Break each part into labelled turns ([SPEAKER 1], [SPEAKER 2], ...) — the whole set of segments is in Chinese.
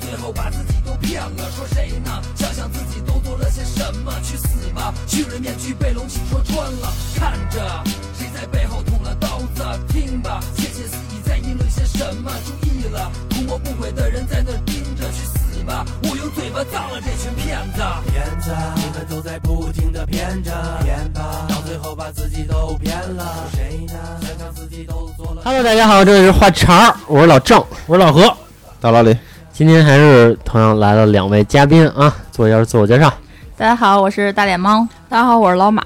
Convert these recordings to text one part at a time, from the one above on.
[SPEAKER 1] 最后把自己都骗了。说谁呢？想想自己都做了些什么，去死吧！虚人面具被龙起戳穿了，看着谁在背后捅了刀子，听吧，窃窃私语在议论些什么？注意了，图谋不轨的人在那儿盯着，去死吧！我用嘴巴葬了这群骗子。
[SPEAKER 2] 骗子，你们都在不停的骗着，骗吧，到最后把自己都骗了。谁呢？想想自己都做了。
[SPEAKER 3] Hello，大家好，这里是话茬儿，我是老郑，我是老何。
[SPEAKER 4] 大老李，
[SPEAKER 3] 今天还是同样来了两位嘉宾啊，做一下自我介绍，
[SPEAKER 5] 大家好，我是大脸猫。大家好，我是老马。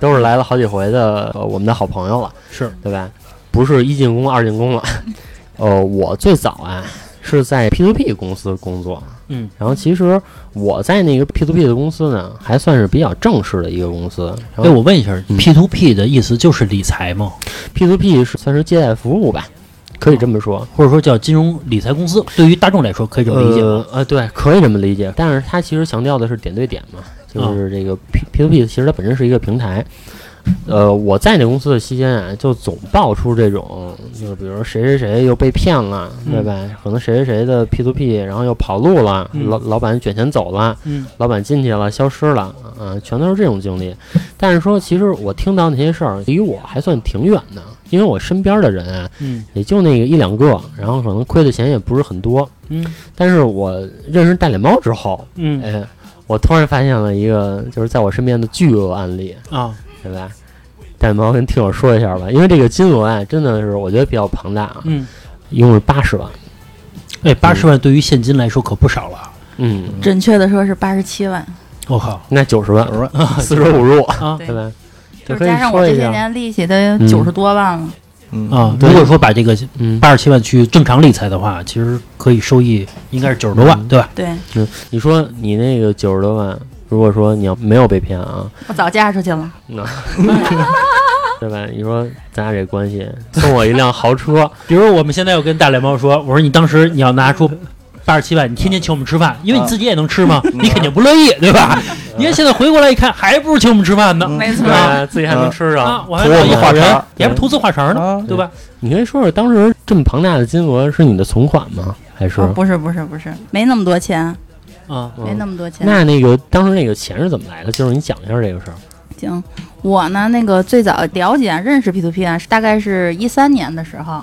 [SPEAKER 3] 都是来了好几回的、呃我们的好朋友了，
[SPEAKER 6] 是
[SPEAKER 3] 对吧？不是一进宫二进宫了。 呃，我最早啊是在 P2P 公司工作，
[SPEAKER 6] 嗯，
[SPEAKER 3] 然后其实我在那个 P2P 的公司呢，还算是比较正式的一个公司。然
[SPEAKER 6] 哎，
[SPEAKER 3] 后
[SPEAKER 6] 我问一下
[SPEAKER 3] 嗯
[SPEAKER 6] ，P to P 的意思就是理财吗？
[SPEAKER 3] P2P 是算是借贷服务吧，可以这么说。
[SPEAKER 6] 或者说叫金融理财公司？对于大众来说可以这么理解吗？
[SPEAKER 3] 呃呃，对，可以这么理解。但是它其实强调的是点对点嘛，
[SPEAKER 6] 啊
[SPEAKER 3] 就是这个 P P to P，其实它本身是一个平台。呃，我在那公司的期间啊，就总爆出这种，就是比如说谁谁谁又被骗了，对吧？可能谁谁谁的 P to P，然后又跑路了，
[SPEAKER 6] 嗯
[SPEAKER 3] 老老板卷钱走了，
[SPEAKER 6] 嗯
[SPEAKER 3] 老板进去了，消失了，啊，全都是这种经历。但是说，其实我听到那些事儿，离我还算挺远的，因为我身边的人啊，
[SPEAKER 6] 嗯
[SPEAKER 3] 也就那个一两个，然后可能亏的钱也不是很多，
[SPEAKER 6] 嗯
[SPEAKER 3] 但是我认识大脸猫之后，
[SPEAKER 6] 嗯
[SPEAKER 3] 哎，我突然发现了一个就是在我身边的巨额案例，
[SPEAKER 6] 啊，
[SPEAKER 3] 对吧？大脸猫跟听我说一下吧，因为这个金额啊，真的是我觉得比较庞大啊，
[SPEAKER 6] 嗯，
[SPEAKER 3] 一共是八十万。
[SPEAKER 6] 哎，八十万对于现金来说可不少了。
[SPEAKER 3] 嗯，
[SPEAKER 5] 准确的说是八十七万，
[SPEAKER 6] 我靠，
[SPEAKER 3] 那九十万，
[SPEAKER 6] 啊
[SPEAKER 3] 四舍五入，
[SPEAKER 6] 啊
[SPEAKER 3] 对吧？
[SPEAKER 5] 就
[SPEAKER 3] 就是可以
[SPEAKER 5] 加上我
[SPEAKER 3] 说
[SPEAKER 5] 这
[SPEAKER 3] 一
[SPEAKER 5] 些
[SPEAKER 3] 下，
[SPEAKER 5] 年利息得
[SPEAKER 3] 嗯
[SPEAKER 5] 九十多万了。
[SPEAKER 4] 嗯
[SPEAKER 6] 啊！
[SPEAKER 3] 对
[SPEAKER 6] 如果说把这个
[SPEAKER 3] 嗯，
[SPEAKER 6] 八十七万去正常理财的话，其实可以收益应该是九十多万，
[SPEAKER 3] 嗯
[SPEAKER 6] 对吧？
[SPEAKER 5] 对
[SPEAKER 3] 你说你那个九十多万，如果说你要没有被骗啊，
[SPEAKER 5] 我早嫁出去了，
[SPEAKER 3] 那对吧？你说咱俩这关系，送我一辆豪车，
[SPEAKER 6] 比如我们现在要跟大脸猫说，我说你当时你要拿出八十七万，你天天请我们吃饭，因为你自己也能吃嘛，你肯定不乐意，对吧？你看现在回过来一看，还不如请我们吃饭呢，
[SPEAKER 5] 没错
[SPEAKER 3] 对吧？自己还能吃
[SPEAKER 6] 啊
[SPEAKER 3] 上，，
[SPEAKER 6] 我还
[SPEAKER 4] 图
[SPEAKER 6] 找
[SPEAKER 4] 我
[SPEAKER 6] 一
[SPEAKER 4] 们
[SPEAKER 6] 好
[SPEAKER 4] 话茬
[SPEAKER 6] 人
[SPEAKER 4] 儿，
[SPEAKER 6] 你还不投资话茬呢，
[SPEAKER 4] 啊，
[SPEAKER 6] 嗯对吧？
[SPEAKER 3] 你可以说说当时这么庞大的金额是你的存款吗？还是？
[SPEAKER 5] 哦不是不是不是，没那么多钱，
[SPEAKER 6] 啊，
[SPEAKER 3] 嗯
[SPEAKER 5] 没那么多钱。
[SPEAKER 3] 那那个当时那个钱是怎么来的？就是你讲一下这个事儿。
[SPEAKER 5] 行，我呢那个最早了解啊认识 P to P 啊，是大概是一三年的时候。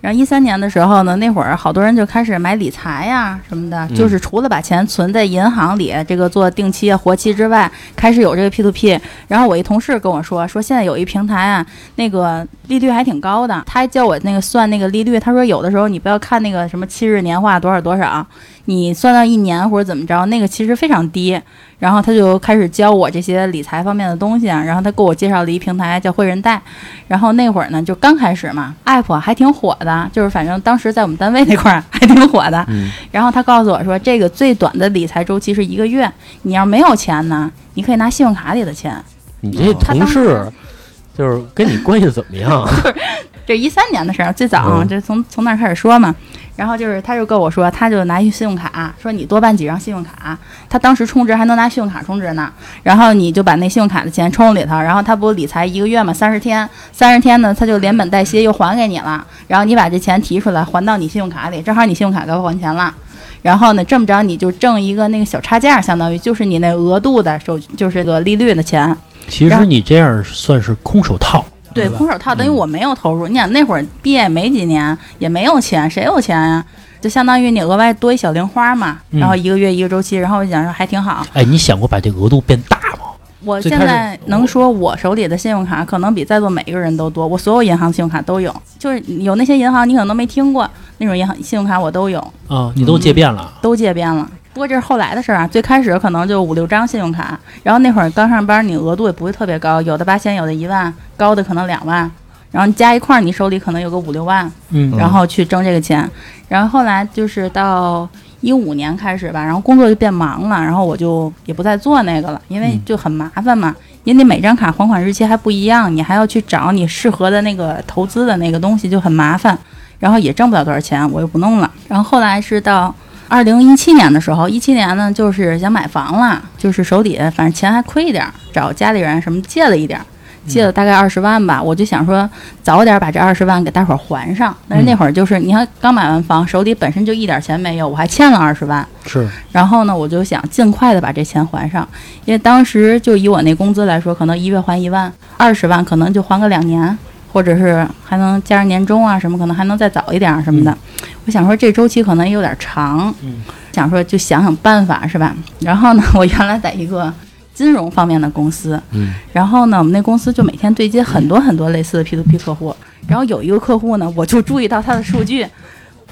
[SPEAKER 5] 然后一三年的时候呢，那会儿好多人就开始买理财呀什么的，
[SPEAKER 3] 嗯
[SPEAKER 5] 就是除了把钱存在银行里，这个做定期啊、活期之外，开始有这个 P to P。然后我一同事跟我说，说现在有一平台啊，那个利率还挺高的，他还教我那个算那个利率，他说有的时候你不要看那个什么七日年化多少多少，你算到一年或者怎么着，那个其实非常低。然后他就开始教我这些理财方面的东西啊，然后他给我介绍了一平台叫汇仁贷，然后那会儿呢就刚开始嘛，app 还挺火的，就是反正当时在我们单位那块儿还挺火的。
[SPEAKER 3] 嗯
[SPEAKER 5] 然后他告诉我说，这个最短的理财周期是一个月，你要没有钱呢，你可以拿信用卡里的钱。
[SPEAKER 3] 你
[SPEAKER 5] 哦
[SPEAKER 3] 这同事就是跟你关系怎么样？
[SPEAKER 5] 这一三年的事儿，最早、
[SPEAKER 3] 嗯
[SPEAKER 5] 这从从那儿开始说嘛。然后就是，他就跟我说，他就拿一信用卡，说你多办几张信用卡。他当时充值还能拿信用卡充值呢。然后你就把那信用卡的钱充里头，然后他不理财一个月嘛，三十天，三十天呢，他就连本带息又还给你了。然后你把这钱提出来还到你信用卡里，正好你信用卡该还钱了。然后呢，这么着你就挣一个那个小差价，相当于就是你那额度的手，就是个利率的钱。
[SPEAKER 6] 其
[SPEAKER 5] 然
[SPEAKER 6] 实
[SPEAKER 5] 后
[SPEAKER 6] 你这样算是空手套，
[SPEAKER 5] 对，
[SPEAKER 6] 吧嗯
[SPEAKER 5] 空手套等于我没有投入。你想那会儿毕业没几年，也没有钱，谁有钱呀、就相当于你额外多一小零花嘛，
[SPEAKER 6] 嗯
[SPEAKER 5] 然后一个月一个周期，然后我就想说还挺好。
[SPEAKER 6] 哎，你想过把这个额度变大吗？
[SPEAKER 5] 我
[SPEAKER 6] 最
[SPEAKER 5] 现
[SPEAKER 6] 开始
[SPEAKER 5] 在能说我手里的信用卡可能比在座每一个人都多，我所有银行信用卡都有，就是有那些银行你可能都没听过那种银行信用卡我都有，
[SPEAKER 6] 啊，你都借遍了，
[SPEAKER 5] 都借遍了。不过这是后来的事儿啊，最开始可能就五六张信用卡，然后那会儿刚上班，你额度也不会特别高，有的八千，有的一万，高的可能两万，然后你加一块儿，你手里可能有个五六万。
[SPEAKER 6] 嗯
[SPEAKER 5] 然后去挣这个钱。然后后来就是到一五年开始吧，然后工作就变忙了，然后我就也不再做那个了，因为
[SPEAKER 6] 嗯
[SPEAKER 5] 就很麻烦嘛。因为你每张卡还款日期还不一样，你还要去找你适合的那个投资的那个东西，就很麻烦。然后也挣不了多少钱，我又不弄了。然后后来是到二零一七年的时候，一七年呢就是想买房了，就是手底下反正钱还亏一点儿，找家里人什么借了一点儿。借了大概二十万吧，我就想说早点把这二十万给大伙儿还上。但是那会儿就是你看刚买完房，手里本身就一点钱没有，我还欠了二十万。
[SPEAKER 6] 嗯是
[SPEAKER 5] 然后呢，我就想尽快的把这钱还上，因为当时就以我那工资来说，可能一月还一万，二十万可能就还个两年，或者是还能加上年终啊什么，可能还能再早一点儿什么的。我想说这周期可能有点长，
[SPEAKER 6] 嗯
[SPEAKER 5] 想说就想想办法是吧？然后呢，我原来在一个金融方面的公司，
[SPEAKER 3] 嗯
[SPEAKER 5] 然后呢，我们那公司就每天对接很多很多类似的 P to P 客户，然后有一个客户呢，我就注意到他的数据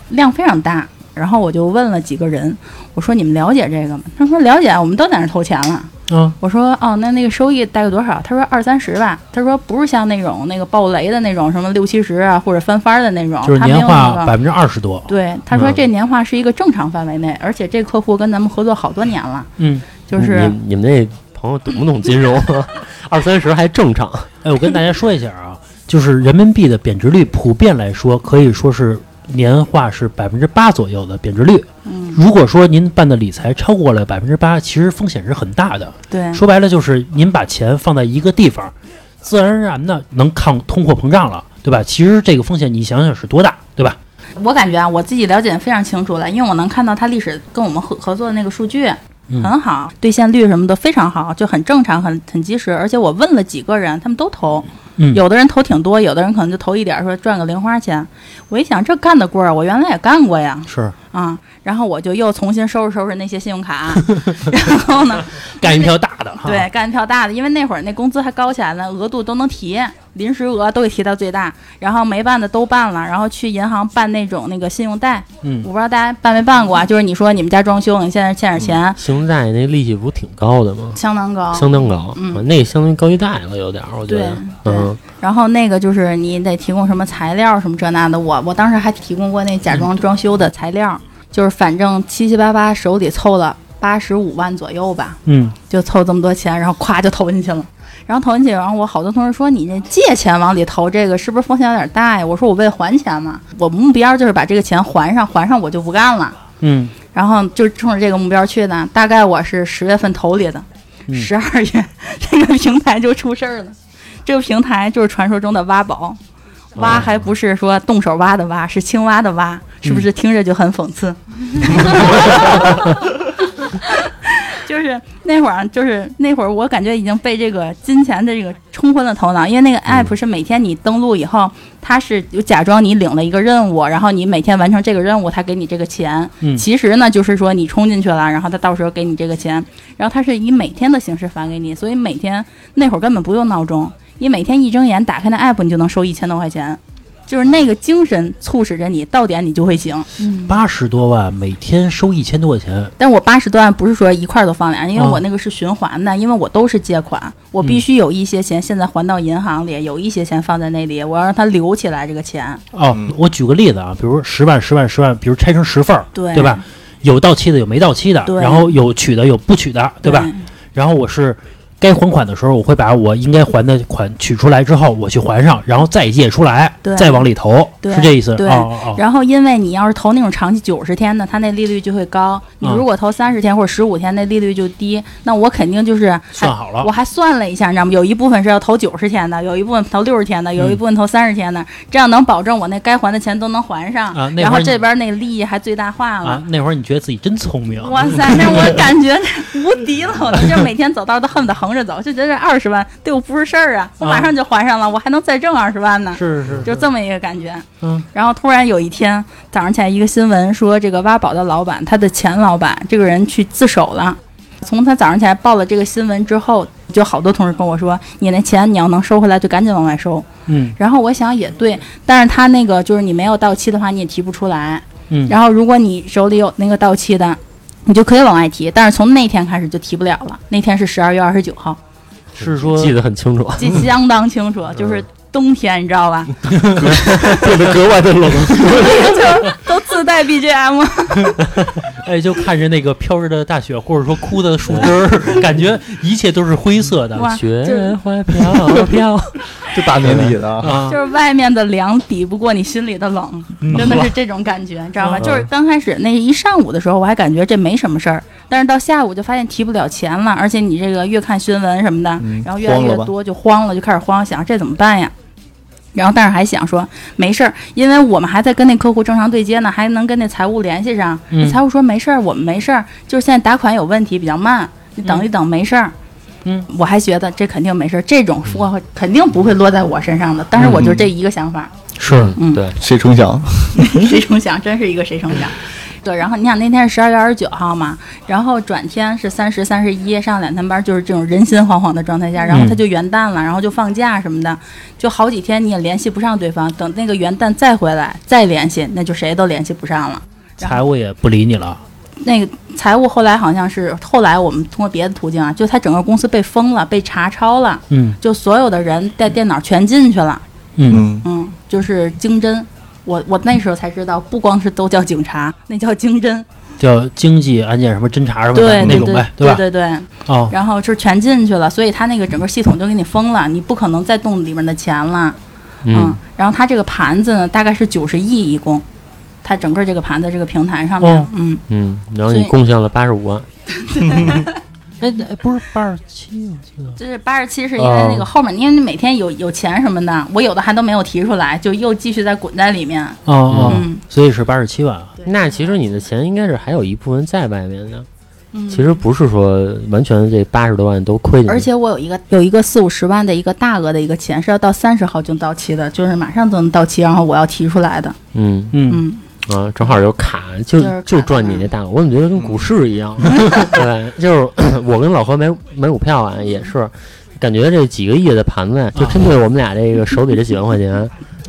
[SPEAKER 5] 量非常大，然后我就问了几个人，我说你们了解这个吗？他说了解啊，我们都在那儿投钱了。
[SPEAKER 6] 啊，
[SPEAKER 5] 我说哦，那那个收益大概多少？他说二三十吧。他说不是像那种那个暴雷的那种什么六七十啊，或者翻番儿的那种，
[SPEAKER 6] 就是
[SPEAKER 5] 他没有
[SPEAKER 6] 年
[SPEAKER 5] 那
[SPEAKER 6] 化
[SPEAKER 5] 个。
[SPEAKER 6] 百分之二十多，
[SPEAKER 5] 对，他说
[SPEAKER 6] 嗯
[SPEAKER 5] 这年化是一个正常范围内，而且这客户跟咱们合作好多年了，
[SPEAKER 6] 嗯，
[SPEAKER 5] 就是
[SPEAKER 3] 你你们那朋友懂不懂金融？啊 二三十还正常，
[SPEAKER 6] 哎，我跟大家说一下啊，就是人民币的贬值率普遍来说可以说是年化是百分之八左右的贬值率。
[SPEAKER 5] 嗯，
[SPEAKER 6] 如果说您办的理财超过了百分之八，其实风险是很大的。
[SPEAKER 5] 对，
[SPEAKER 6] 说白了就是您把钱放在一个地方，自然而然的能抗通货膨胀了，对吧？其实这个风险你想想是多大，对吧？
[SPEAKER 5] 我感觉啊，我自己了解得非常清楚了，因为我能看到他历史跟我们合合作的那个数据
[SPEAKER 6] 嗯
[SPEAKER 5] 很好，兑现率什么的非常好，就很正常，很很及时。而且我问了几个人，他们都投，
[SPEAKER 6] 嗯
[SPEAKER 5] 有的人投挺多，有的人可能就投一点儿，说赚个零花钱。我一想，这干得过儿，我原来也干过呀，
[SPEAKER 6] 是
[SPEAKER 5] 啊、然后我就又重新收拾收拾那些信用卡，啊 然后呢，
[SPEAKER 6] 干一票大的哈。
[SPEAKER 5] 对，干一票大的，因为那会儿那工资还高起来了，额度都能提，临时额都给提到最大，然后没办的都办了，然后去银行办那种那个信用贷，
[SPEAKER 6] 嗯
[SPEAKER 5] 我不知道大家办没办过啊，就是你说你们家装修，你现在欠点钱，
[SPEAKER 6] 嗯
[SPEAKER 3] 信用贷那利息不是挺高的吗？
[SPEAKER 5] 相当高，
[SPEAKER 3] 相当高，
[SPEAKER 5] 嗯
[SPEAKER 3] 啊那相当于高利贷了，有点儿，我觉得，
[SPEAKER 5] 对
[SPEAKER 3] 嗯，
[SPEAKER 5] 然后那个就是你得提供什么材料什么这那的，我我当时还提供过那假
[SPEAKER 6] 嗯
[SPEAKER 5] 装装修的材料，就是反正七七八八手里凑了八十五万左右吧，
[SPEAKER 6] 嗯，
[SPEAKER 5] 就凑这么多钱，然后咵就投进去了。然后投进去，然后我好多同事说你这借钱往里投，这个是不是风险有点大呀？我说我为还钱嘛，我目标就是把这个钱还上，还上我就不干了。
[SPEAKER 6] 嗯，
[SPEAKER 5] 然后就冲着这个目标去的。大概我是十月份投里的，
[SPEAKER 6] 嗯
[SPEAKER 5] 十二、月这个平台就出事儿了。这个平台就是传说中的挖宝，挖还不是说动手挖的挖，是青蛙的蛙，是不是听着就很讽刺？就是那会儿啊，就是那会儿，我感觉已经被这个金钱的这个冲昏了头脑，因为那个 app 是每天你登录以后，它是有假装你领了一个任务，然后你每天完成这个任务，它给你这个钱。
[SPEAKER 6] 嗯
[SPEAKER 5] 其实呢，就是说你充进去了，然后它到时候给你这个钱，然后它是以每天的形式返给你，所以每天那会儿根本不用闹钟，你每天一睁眼打开那 app，你就能收一千多块钱。就是那个精神促使着你到点你就会醒，
[SPEAKER 6] 八十多万，每天收一千多块钱，
[SPEAKER 5] 但我八十多万不是说一块儿都放俩，因为
[SPEAKER 6] 啊嗯
[SPEAKER 5] 我那个是循环的，因为我都是借款，我必须有一些钱现在还到银行里，有一些钱放在那里，我要让它留起来这个钱。
[SPEAKER 6] 哦，我举个例子啊，比如说十万、十万、十万，比如拆成十份儿，
[SPEAKER 5] 对
[SPEAKER 6] 对吧？有到期的，有没到期的，
[SPEAKER 5] 对
[SPEAKER 6] 然后有取的，有不取的，对吧？然后我是该还款的时候，我会把我应该还的款取出来之后，我去还上，然后再借出来
[SPEAKER 5] 对，
[SPEAKER 6] 再往里投，
[SPEAKER 5] 对
[SPEAKER 6] 是这意思？哦
[SPEAKER 5] 对
[SPEAKER 6] 哦哦，
[SPEAKER 5] 然后，因为你要是投那种长期九十天的，它那利率就会高；你
[SPEAKER 6] 嗯
[SPEAKER 5] 如果投三十天或者十五天，那利率就低。那我肯定就是还
[SPEAKER 6] 算好了
[SPEAKER 5] 我还算哎了一下，你知道吗？有一部分是要投九十天的，有一部分投六十天的，有一部分投三十天的，这样能保证我那该还的钱都能还上，
[SPEAKER 6] 啊那会儿
[SPEAKER 5] 然后
[SPEAKER 6] 你
[SPEAKER 5] 这边那利益还最大化了。
[SPEAKER 6] 啊，那会儿你觉得自己真聪明，
[SPEAKER 5] 哇 塞，那我感觉无敌了，我就每天走道都恨不得横着走，就觉得这二十万对我不是事儿啊，我马上就还上了，我还能再挣二十万呢，
[SPEAKER 6] 是是
[SPEAKER 5] 就这么一个感觉。
[SPEAKER 6] 嗯，
[SPEAKER 5] 然后突然有一天早上起来，一个新闻说这个挖宝的老板，他的前老板这个人去自首了。从他早上起来报了这个新闻之后，就好多同事跟我说：“你那钱你要能收回来，就赶紧往外收。”
[SPEAKER 6] 嗯
[SPEAKER 5] 然后我想也对，但是他那个就是你没有到期的话，你也提不出来。
[SPEAKER 6] 嗯
[SPEAKER 5] 然后如果你手里有那个到期的，你就可以往外提，但是从那天开始就提不了了。那天是十二月二十九号，
[SPEAKER 6] 是说
[SPEAKER 3] 记得很清楚，
[SPEAKER 5] 记相当清楚，就是
[SPEAKER 6] 嗯
[SPEAKER 5] 冬天，你知道吧？
[SPEAKER 3] 变得格外的 冷。
[SPEAKER 5] 就都自带 BGM。
[SPEAKER 6] 哎，就看着那个飘着的大雪，或者说枯的树枝 儿，感觉一切都是灰色的
[SPEAKER 5] 哇
[SPEAKER 3] 雪花飘 飘，
[SPEAKER 5] 嗯
[SPEAKER 4] 这大年底的啊，
[SPEAKER 6] 啊
[SPEAKER 5] 就。是外面的凉抵不过你心里的冷，
[SPEAKER 6] 嗯
[SPEAKER 5] 真的是这种感觉，你知道吧？
[SPEAKER 6] 嗯
[SPEAKER 5] 就是刚开始那一上午的时候，我还感觉这没什么事儿，但是到下午就发现提不了钱了，而且你这个越看新闻什么的，
[SPEAKER 4] 嗯
[SPEAKER 5] 然后越来
[SPEAKER 4] 慌
[SPEAKER 5] 越
[SPEAKER 4] 了吧
[SPEAKER 5] 多就慌了，就开始慌，想这怎么办呀？然后，但是还想说没事儿，因为我们还在跟那客户正常对接呢，还能跟那财务联系上。
[SPEAKER 6] 嗯
[SPEAKER 5] 那财务说没事儿，我们没事儿，就是现在打款有问题，比较慢，你等一等，没事儿。
[SPEAKER 6] 嗯，
[SPEAKER 5] 我还觉得这肯定没事儿，这种说肯定不会落在我身上的。当时我就这一个想法，
[SPEAKER 6] 是
[SPEAKER 5] 嗯
[SPEAKER 3] 对，
[SPEAKER 4] 谁成想？
[SPEAKER 5] 谁成想，真是一个谁成想。对，然后你想那天是十二月二十九号嘛，然后转天是三十、三十一，上两天班就是这种人心惶惶的状态下，然后他就元旦了，然后就放假什么的，就好几天你也联系不上对方，等那个元旦再回来再联系，那就谁都联系不上了。然后
[SPEAKER 6] 财务也不理你了，
[SPEAKER 5] 那个财务后来好像是后来我们通过别的途径啊，就他整个公司被封了，被查抄了，
[SPEAKER 6] 嗯
[SPEAKER 5] 就所有的人带电脑全进去了，
[SPEAKER 6] 嗯，
[SPEAKER 4] 嗯，
[SPEAKER 5] 嗯，就是经侦。我我那时候才知道，不光是都叫警察，那叫经侦。
[SPEAKER 6] 叫经济案件什么侦查什么
[SPEAKER 5] 对
[SPEAKER 6] 的那
[SPEAKER 5] 对
[SPEAKER 6] 种
[SPEAKER 5] 对
[SPEAKER 6] 呗，
[SPEAKER 5] 对
[SPEAKER 6] 吧？
[SPEAKER 5] 对对，
[SPEAKER 6] 哦，
[SPEAKER 5] 然后就是全进去了，所以他那个整个系统就给你封了，你不可能再动里面的钱了。嗯，然后他这个盘子呢，大概是九十亿一共，他整个这个盘子这个平台上面
[SPEAKER 6] 哦，
[SPEAKER 5] 嗯，
[SPEAKER 3] 嗯，然后你
[SPEAKER 5] 所以
[SPEAKER 3] 贡献了八十五万，
[SPEAKER 6] 哎，那不是八十七，我记得
[SPEAKER 5] 就是八十七是因
[SPEAKER 6] 哦
[SPEAKER 5] 为那个后面，因为你每天有有钱什么的，我有的还都没有提出来，就又继续在滚在里面。
[SPEAKER 6] 哦哦，
[SPEAKER 5] 嗯，
[SPEAKER 6] 所以是八十七万啊，
[SPEAKER 3] 那其实你的钱应该是还有一部分在外面的，
[SPEAKER 5] 嗯
[SPEAKER 3] 其实不是说完全这八十多万都
[SPEAKER 6] 嗯
[SPEAKER 3] 亏进去，
[SPEAKER 5] 而且我有一个有一个四五十万的一个大额的一个钱是要到三十号就到期的，就是马上就能到期，然后我要提出来的。
[SPEAKER 3] 嗯
[SPEAKER 6] 嗯，
[SPEAKER 5] 嗯，
[SPEAKER 3] 啊，正好有卡，就
[SPEAKER 5] 就是卡嗯
[SPEAKER 3] 就赚你那大额，我怎么觉得跟股市一样？ 对，就是 我跟老何买买股票啊，也是。感觉这几个亿的盘子，啊就针对我们俩这个手里这几万块钱，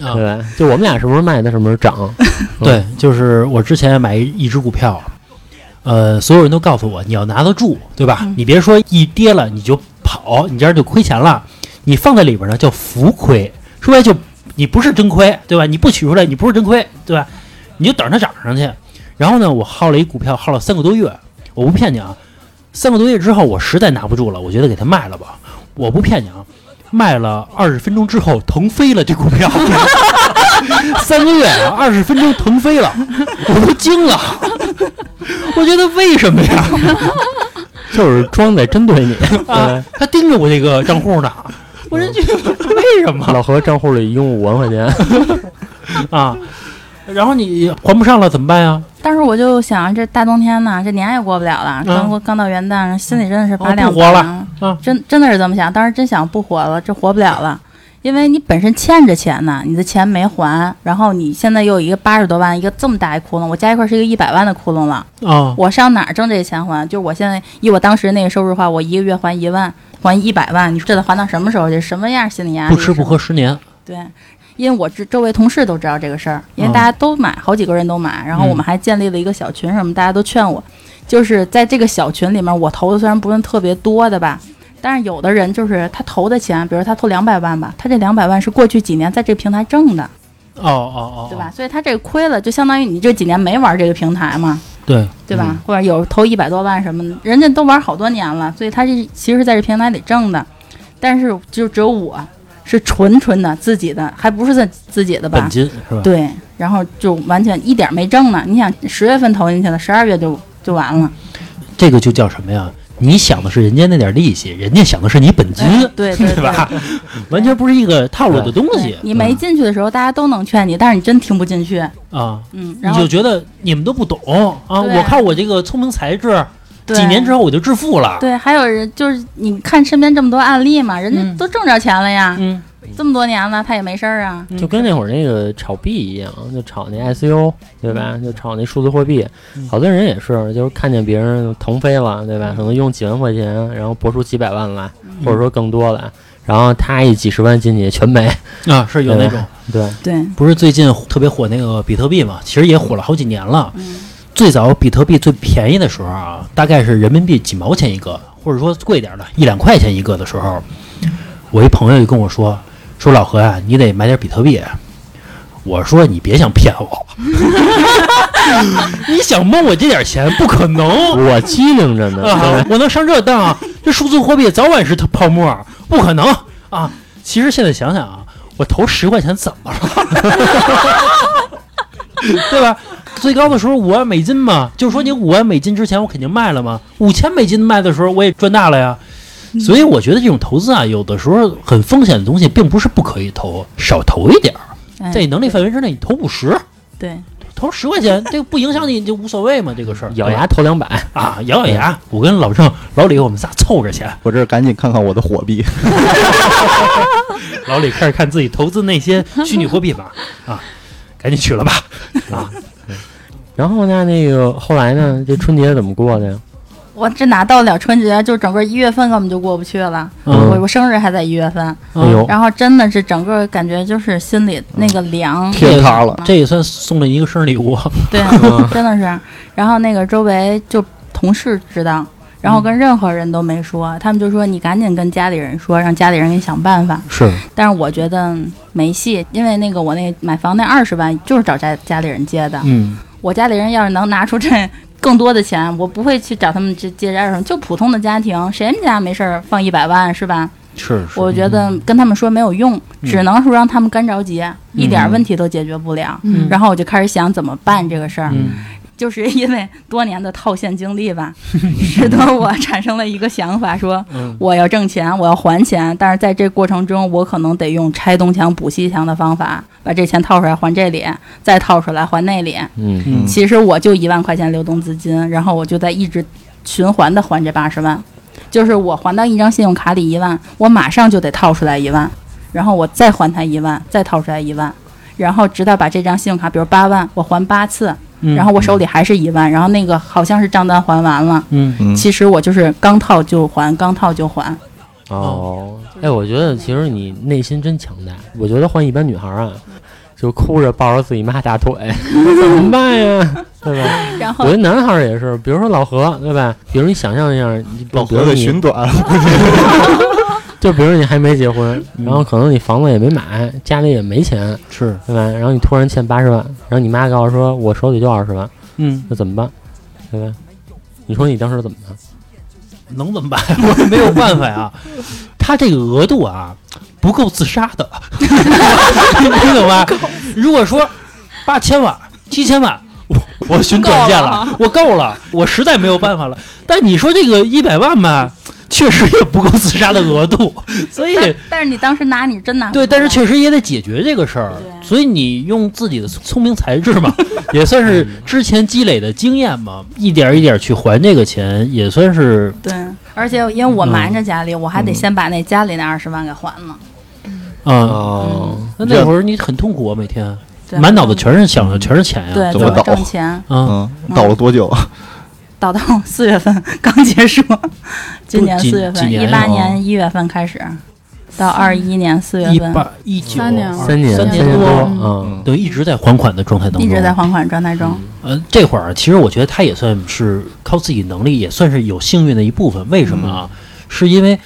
[SPEAKER 6] 啊
[SPEAKER 3] 对吧？就我们俩什么时候卖，它什么时候涨。
[SPEAKER 6] 对，就是我之前买一只股票，呃，所有人都告诉我你要拿得住，对吧？你别说一跌了你就跑，你这样就亏钱了。你放在里边呢叫浮亏，说白了就你不是真亏，对吧？你不取出来你不是真亏，对吧？你就等着它涨上去。然后呢，我耗了一股票，耗了三个多月，我不骗你啊，三个多月之后我实在拿不住了，我觉得给它卖了吧，我不骗你啊。卖了二十分钟之后，腾飞了这股票，三个月啊，二十分钟腾飞 了，我都惊了。我觉得为什么呀？
[SPEAKER 3] 就是装在针对你。
[SPEAKER 5] 嗯
[SPEAKER 6] 啊，他盯着我这个账户呢，我真觉得为什么
[SPEAKER 3] 老何账户里一共五万块钱，
[SPEAKER 6] 啊？然后你还不上了怎么办呀？
[SPEAKER 5] 当时我就想，这大冬天呢，这年也过不了了，刚过、刚到元旦，心里真的是拔
[SPEAKER 6] 嗯
[SPEAKER 5] 凉
[SPEAKER 6] 哦不活了
[SPEAKER 5] 了，
[SPEAKER 6] 啊
[SPEAKER 5] 真真的是这么想。当时真想不活了，这活不了了，因为你本身欠着钱呢，你的钱没还，然后你现在又有一个八十多万，一个这么大一窟窿，我加一块是一个一百万的窟窿了，
[SPEAKER 6] 啊，
[SPEAKER 5] 我上哪儿挣这些钱还？就是我现在以我当时那个收入的话，我一个月还一万，还一百万，你说这得还到什么时候去？什么样心理压力？
[SPEAKER 6] 不吃不喝。十年，
[SPEAKER 5] 对，因为我周周围同事都知道这个事儿，因为大家都买，好几个人都买，然后我们还建立了一个小群，什么大家都劝我，就是在这个小群里面，我投的虽然不是特别多的吧。但是有的人就是他投的钱，比如他投两百万吧，他这两百万是过去几年在这个平台挣的，
[SPEAKER 6] 哦哦哦，
[SPEAKER 5] 对吧？？所以他这个亏了，就相当于你这几年没玩这个平台嘛，
[SPEAKER 6] 对，嗯
[SPEAKER 5] 对吧？或者有投一百多万什么的，人家都玩好多年了，所以他这其实在这平台里挣的，但是就只有我是纯纯的自己的，还不是自自己的吧
[SPEAKER 6] 本？金是吧？
[SPEAKER 5] 对，然后就完全一点没挣呢。你想十月份投进去了，十二月就就完了。
[SPEAKER 6] 这个就叫什么呀？你想的是人家那点利息，人家想的是你本金，
[SPEAKER 5] 哎对对
[SPEAKER 6] 对吧？ 完全不是一个套路的东
[SPEAKER 5] 对
[SPEAKER 6] 西。
[SPEAKER 5] 你没进去的时候，大家都能劝你，但是你真听不进去。
[SPEAKER 6] 啊，
[SPEAKER 5] 嗯，
[SPEAKER 6] 你
[SPEAKER 5] 然后
[SPEAKER 6] 就觉得你们都不懂啊！
[SPEAKER 5] 对
[SPEAKER 6] 我靠，我这个聪明才智，
[SPEAKER 5] 对
[SPEAKER 6] 几年之后我就致富了。
[SPEAKER 5] 对，还有人就是你看身边这么多案例嘛，人
[SPEAKER 6] 嗯
[SPEAKER 5] 家都挣着钱了呀，
[SPEAKER 6] 嗯，
[SPEAKER 5] 这么多年了，他也没事儿啊。
[SPEAKER 3] 就跟那会儿那个炒币一样，就炒那 ICO，对
[SPEAKER 5] 嗯
[SPEAKER 3] 吧？就炒那数字货币，好多人也是，就是看见别人腾飞了，对
[SPEAKER 5] 嗯
[SPEAKER 3] 吧？可能用几万块钱，然后博出几百万来，或者说更多来，然后他一几十万进去全没，
[SPEAKER 6] 啊，是有那种，
[SPEAKER 3] 对，
[SPEAKER 5] 对，
[SPEAKER 6] 不是最近特别火那个比特币嘛？其实也火了好几年了。
[SPEAKER 5] 嗯
[SPEAKER 6] 最早比特币最便宜的时候啊，大概是人民币几毛钱一个，或者说贵点儿的一两块钱一个的时候，我一朋友就跟我说：“说老何啊，你得买点比特币。”我说：“你别想骗我， 你想蒙我这点钱不可能。”
[SPEAKER 3] 我机灵着 呢，
[SPEAKER 6] 啊，我能上这当啊？这数字货币早晚是它泡沫儿，不可能啊！其实现在想想 啊，我投十块钱怎么了？对吧？最高的时候五万美金嘛，就是说你五万美金之前我肯定卖了嘛，五千美金卖的时候我也赚大了呀。所以我觉得这种投资啊，有的时候很风险的东西，并不是不可以投，少投一点儿，
[SPEAKER 5] 哎
[SPEAKER 6] 在你能力范围之内，你投五十，
[SPEAKER 5] 对，
[SPEAKER 6] 投十块钱，这个不影响你，你就无所谓嘛，这个事儿。
[SPEAKER 3] 咬牙投两百，
[SPEAKER 6] 啊，咬咬牙，我跟老郑、老李，我们仨凑着钱。
[SPEAKER 4] 我这赶紧看看我的火币，
[SPEAKER 6] 老李开始看自己投资那些虚拟货币吧，啊，赶紧去了吧。
[SPEAKER 3] 然后呢，那个后来呢，这春节怎么过的呀？
[SPEAKER 5] 我这哪到得了春节？就整个一月份根本就过不去了。
[SPEAKER 3] 嗯
[SPEAKER 5] 我我生日还在一月份，
[SPEAKER 6] 哦
[SPEAKER 3] 哎呦，
[SPEAKER 5] 然后真的是整个感觉就是心里那个凉，
[SPEAKER 4] 天塌了。
[SPEAKER 6] 这也算送了一个生日礼物。
[SPEAKER 5] 对，真的是。然后那个周围就同事知道，然后跟任何人都没说，他们就说你赶紧跟家里人说，让家里人给你想办法。
[SPEAKER 6] 是，
[SPEAKER 5] 但是我觉得嗯没戏，因为那个我那买房那二十万就是找家家里人借的，
[SPEAKER 6] 嗯，
[SPEAKER 5] 我家里人要是能拿出这。更多的钱，我不会去找他们借借这二十万，就普通的家庭，谁们家没事儿放一百万是吧？
[SPEAKER 6] 是是。嗯
[SPEAKER 5] 我觉得跟他们说没有用，只能说让他们干着急，一点问题都解决不了。
[SPEAKER 6] 嗯
[SPEAKER 5] 然后我就开始想怎么办这个事儿，
[SPEAKER 6] 嗯
[SPEAKER 5] 就是因为多年的套现经 历吧，使得我产生了一个想法，说
[SPEAKER 6] 嗯
[SPEAKER 5] 我要挣钱，我要还钱，但是在这过程中，我可能得用拆东墙补西墙的方法，把这钱套出来还这里，再套出来还那里。
[SPEAKER 3] 嗯，
[SPEAKER 4] 嗯
[SPEAKER 5] 其实我就一万块钱流动资金，然后我就在一直循环的还这八十万，就是我还到一张信用卡里一万，我马上就得套出来一万，然后我再还他一万，再套出来一万，然后直到把这张信用卡，比如八万，我还八次，
[SPEAKER 6] 嗯
[SPEAKER 5] 然后我手里还是一万，然后那个好像是账单还完了，
[SPEAKER 6] 嗯
[SPEAKER 4] 嗯，
[SPEAKER 5] 其实我就是刚套就还，刚套就还，
[SPEAKER 3] 哦，哎，我觉得其实你内心真强大。我觉得换一般女孩儿啊，就哭着抱着自己妈大腿， 怎么办呀？对吧？
[SPEAKER 6] 嗯
[SPEAKER 5] 然
[SPEAKER 3] 我
[SPEAKER 5] 后
[SPEAKER 3] 觉得男孩儿也是，比如说老何，对吧？比如你想象一下，你
[SPEAKER 4] 老
[SPEAKER 3] 比如
[SPEAKER 4] 何的
[SPEAKER 3] 你
[SPEAKER 4] 寻短，
[SPEAKER 3] 就比如你还没结婚，
[SPEAKER 4] 嗯
[SPEAKER 3] 然后可能你房子也没买，家里也没钱，
[SPEAKER 6] 是，
[SPEAKER 3] 对吧？然后你突然欠八十万，然后你妈告诉说，我手里就二十万，
[SPEAKER 6] 嗯，
[SPEAKER 3] 那怎么办？对吧？你说你当时怎么办？
[SPEAKER 6] 能怎么办？ 我也没有办法呀。他这个额度啊，不够自杀的， 你懂吧？如果说八千万、七千万。我我寻短见了，我够了，我实在没有办法了。但你说这个一百万吧，确实也不够自杀的额度，所以
[SPEAKER 5] 但但是你当时拿你真拿不
[SPEAKER 6] 对，但是
[SPEAKER 5] 出来
[SPEAKER 6] 确实也得解决这个事儿，
[SPEAKER 5] 对
[SPEAKER 6] 所以你用自己的聪明才智嘛，也算是之前积累的经验嘛，一点儿一点儿去还这个钱，也算是
[SPEAKER 5] 对，而且因为我瞒
[SPEAKER 6] 嗯
[SPEAKER 5] 着家里，我还得先把那家里那二十万给还了。
[SPEAKER 6] 啊。
[SPEAKER 3] 哦，
[SPEAKER 6] 那那会儿你嗯很痛苦啊，每天
[SPEAKER 5] 对
[SPEAKER 6] 满脑子全是想着全是钱呀、
[SPEAKER 5] 对
[SPEAKER 4] 怎
[SPEAKER 5] 怎
[SPEAKER 4] 么倒
[SPEAKER 5] 挣钱，
[SPEAKER 6] 啊，
[SPEAKER 4] 嗯，倒了多久？
[SPEAKER 5] 倒到四月份刚结束，今年
[SPEAKER 6] 几
[SPEAKER 5] 四月
[SPEAKER 6] 几
[SPEAKER 5] 份，
[SPEAKER 6] 年
[SPEAKER 5] 一
[SPEAKER 6] 啊
[SPEAKER 5] 八年一月份开始，到二一年四月
[SPEAKER 6] 一
[SPEAKER 5] 份，
[SPEAKER 6] 八一九
[SPEAKER 7] 三年了
[SPEAKER 6] 二
[SPEAKER 3] 三年
[SPEAKER 6] 三
[SPEAKER 7] 三
[SPEAKER 3] 年
[SPEAKER 7] 年
[SPEAKER 3] 多
[SPEAKER 7] 多
[SPEAKER 3] 啊，
[SPEAKER 4] 嗯，
[SPEAKER 6] 等于一直在还款的状态当中，
[SPEAKER 5] 一直在还款状态中。
[SPEAKER 6] 呃，这会儿啊其实我觉得他也算是靠自己能力，也算是有幸运的一部分。为什么啊？是因为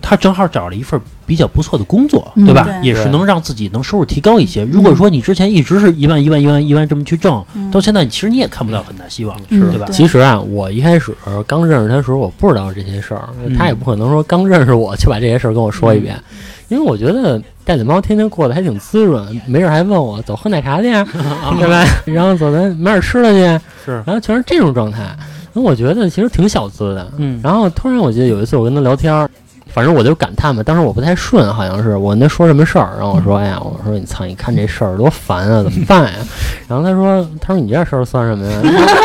[SPEAKER 6] 他正好找了一份比较不错的工作，
[SPEAKER 7] 嗯
[SPEAKER 6] 对吧？
[SPEAKER 5] 对
[SPEAKER 6] 也是能让自己能收入提高一些。如果说你之前一直是一万、一万、一万、一万这么去挣，
[SPEAKER 5] 嗯
[SPEAKER 6] 到现在其实你也看不到很大希望，
[SPEAKER 7] 嗯
[SPEAKER 6] 对 吧？
[SPEAKER 3] 其实啊，我一开始刚认识他的时候，我不知道这些事儿，
[SPEAKER 6] 嗯
[SPEAKER 3] 他也不可能说刚认识我就把这些事儿跟我说一遍，因为我觉得带领猫天天过得还挺滋润，没事儿还问我走喝奶茶 去啊，
[SPEAKER 6] 嗯
[SPEAKER 3] 对吧？然后走咱买点吃的去，啊
[SPEAKER 6] 是
[SPEAKER 3] 然后全是这种状态，那我觉得其实挺小资的。
[SPEAKER 6] 嗯
[SPEAKER 3] 然后突然我记得有一次我跟他聊天儿，反正我就感叹嘛，当时我不太顺，好像是我跟他说什么事儿，然后我说，哎呀，我说你操，你看这事儿多烦啊，怎么办 呀？然后他说，他说你这事儿算什么呀？那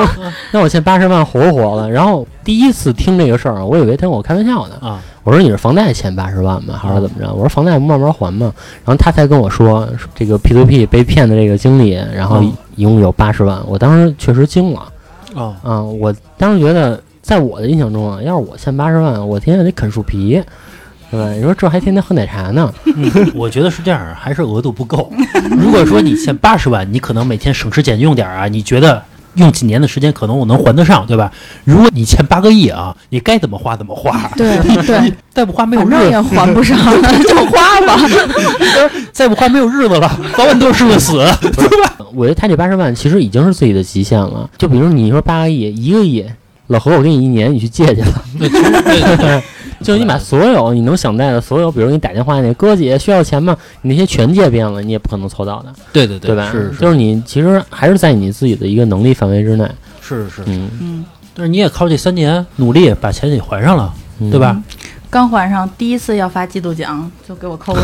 [SPEAKER 3] 我那我欠八十万活不活了？然后第一次听这个事儿，我以为他跟我开玩笑呢。
[SPEAKER 6] 啊，
[SPEAKER 3] 我说你是房贷欠八十万吗？还是怎么着？我说房贷不慢慢还吗？然后他才跟我说这个 P to P 被骗的这个经历，然后
[SPEAKER 6] 嗯
[SPEAKER 3] 一共有八十万。我当时确实惊了。
[SPEAKER 6] 哦，
[SPEAKER 3] 啊，我当时觉得，在我的印象中啊，要是我欠八十万，我天天得啃树皮，对吧？你说这还天天喝奶茶呢？
[SPEAKER 6] 嗯我觉得是这样，还是额度不够。如果说你欠八十万，你可能每天省吃俭用点儿啊，你觉得用几年的时间可能我能还得上，对吧？如果你欠八个亿啊，你该怎么花怎么花，
[SPEAKER 7] 对 对，
[SPEAKER 6] 再不花没有
[SPEAKER 7] 反
[SPEAKER 6] 日
[SPEAKER 7] 正
[SPEAKER 6] 子
[SPEAKER 7] 也还 不上，就花吧。
[SPEAKER 6] 再不花没有日子了，早晚都是个死。
[SPEAKER 3] 我觉得他这八十万其实已经是自己的极限了。就 比如你说八个亿、一个亿，老何，我给你一年，你去借去吧。
[SPEAKER 6] 对，
[SPEAKER 3] 就是你把所有你能想待的所有，比如你打电话那哥姐需要钱吗？你那些全界变了，你也不可能凑到的，
[SPEAKER 6] 对对
[SPEAKER 3] 对吧？
[SPEAKER 6] 是是
[SPEAKER 3] 就是你其实还是在你自己的一个能力范围 之内，
[SPEAKER 6] 是是，
[SPEAKER 3] 嗯，
[SPEAKER 5] 嗯，
[SPEAKER 6] 但是你也靠这三年努力把钱给还上了，
[SPEAKER 3] 嗯
[SPEAKER 6] 对吧？
[SPEAKER 5] 刚还上第一次要发季度奖，就给我扣了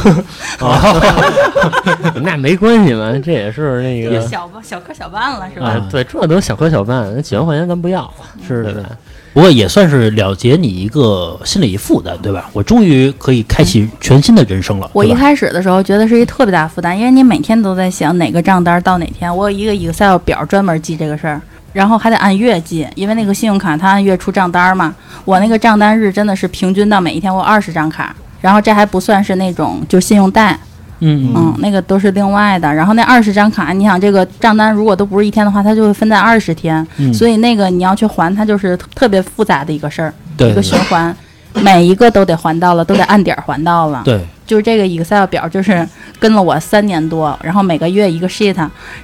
[SPEAKER 3] 那没关系嘛，这也是那
[SPEAKER 5] 一个
[SPEAKER 3] 个。
[SPEAKER 5] 小吧小磕小绊了，是吧？
[SPEAKER 3] 啊，对，这都是小磕小绊，那几万块钱咱不要了，
[SPEAKER 6] 是
[SPEAKER 3] 对
[SPEAKER 6] 的，
[SPEAKER 3] 吧？
[SPEAKER 6] 不过也算是了结你一个心理负担，对吧？我终于可以开启全新的人生了，
[SPEAKER 5] 我
[SPEAKER 6] 对
[SPEAKER 5] 一
[SPEAKER 6] 吧？
[SPEAKER 5] 开始的时候觉得是一特别大的负担，因为你每天都在想哪个账单到哪天，我有一个 Excel 表专门记这个事儿，然后还得按月记，因为那个信用卡它按月出账单嘛。我那个账单日真的是平均到每一天我二十张卡，然后这还不算是那种就信用贷，
[SPEAKER 6] 嗯嗯
[SPEAKER 5] 嗯，那个都是另外的。然后那二十张卡，你想这个账单如果都不是一天的话，它就会分在二十天，
[SPEAKER 6] 嗯，
[SPEAKER 5] 所以那个你要去还，它就是特特别复杂的一个事儿，嗯
[SPEAKER 6] 对
[SPEAKER 5] 一个
[SPEAKER 6] 对
[SPEAKER 5] 循环。每一个都得还到了，都得按点儿还到了。
[SPEAKER 6] 对，
[SPEAKER 5] 就是这个 Excel 表，就是跟了我三年多，然后每个月一个 sheet，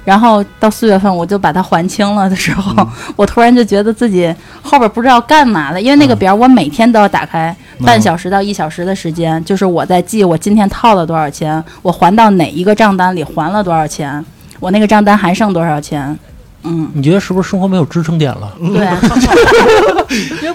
[SPEAKER 5] 然后到四月份我就把它还清了的时候， 我突然就觉得自己后边不知道干嘛了，因为那个表我每天都要打开，半小时到一小时的时间，就是我在记我今天套了多少钱，我还到哪一个账单里还了多少钱，我那个账单还剩多少钱，嗯，
[SPEAKER 6] 你觉得是不是生活没有支撑点了？
[SPEAKER 5] 对，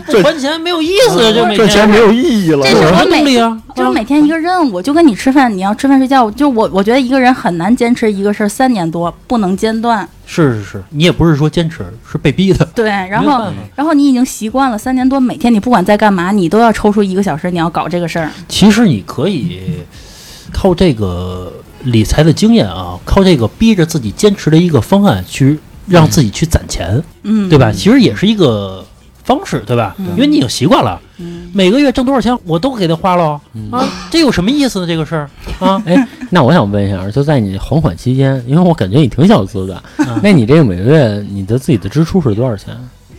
[SPEAKER 6] 不还钱没有意思啊，这每
[SPEAKER 4] 这钱没有意义了
[SPEAKER 5] 这。
[SPEAKER 6] 有什
[SPEAKER 5] 是我
[SPEAKER 6] 么
[SPEAKER 5] 每
[SPEAKER 6] 动力啊？
[SPEAKER 5] 就是每天一个任务，就跟你吃饭，你要吃饭睡觉，就我我觉得一个人很难坚持一个事儿三年多，不能间断。
[SPEAKER 6] 是是是，你也不是说坚持，是被逼的。
[SPEAKER 5] 对，然
[SPEAKER 6] 没有
[SPEAKER 5] 后
[SPEAKER 6] 办法
[SPEAKER 5] 然后你已经习惯了三年多，每天你不管在干嘛，你都要抽出一个小时，你要搞这个事儿。
[SPEAKER 6] 其实你可以靠这个理财的经验啊，靠这个逼着自己坚持的一个方案去让自己去攒钱，
[SPEAKER 5] 嗯，
[SPEAKER 6] 对吧？其实也是一个方式，对吧？因为你已经习惯了，每个月挣多少钱我都给他花了、啊，这有什么意思呢？这个事儿啊，
[SPEAKER 3] 哎， 那我想问一下，就在你还款期间，因为我感觉你挺小资的，
[SPEAKER 6] 嗯
[SPEAKER 3] 那你这个每个月你的自己的支出是多少钱？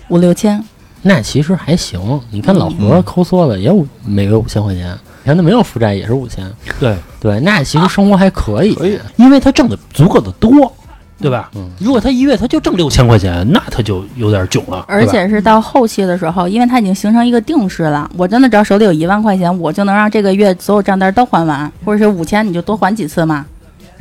[SPEAKER 5] 五六千，
[SPEAKER 3] 那其实还行。你看老何抠缩了，也五每个月五千块钱，你看他没有负债也是五千，
[SPEAKER 6] 对，
[SPEAKER 3] 对，那其实生活还可
[SPEAKER 6] 哦
[SPEAKER 3] 以。
[SPEAKER 4] 可以
[SPEAKER 6] 因为他挣的足够的多。对吧
[SPEAKER 3] 嗯？
[SPEAKER 6] 如果他一月他就挣六千块钱，那他就有点囧了。
[SPEAKER 5] 而
[SPEAKER 6] 对吧
[SPEAKER 5] 且是到后期的时候，因为它已经形成一个定式了。我真的只要手里有一万块钱，我就能让这个月所有账单都还完，或者是五千你就多还几次嘛，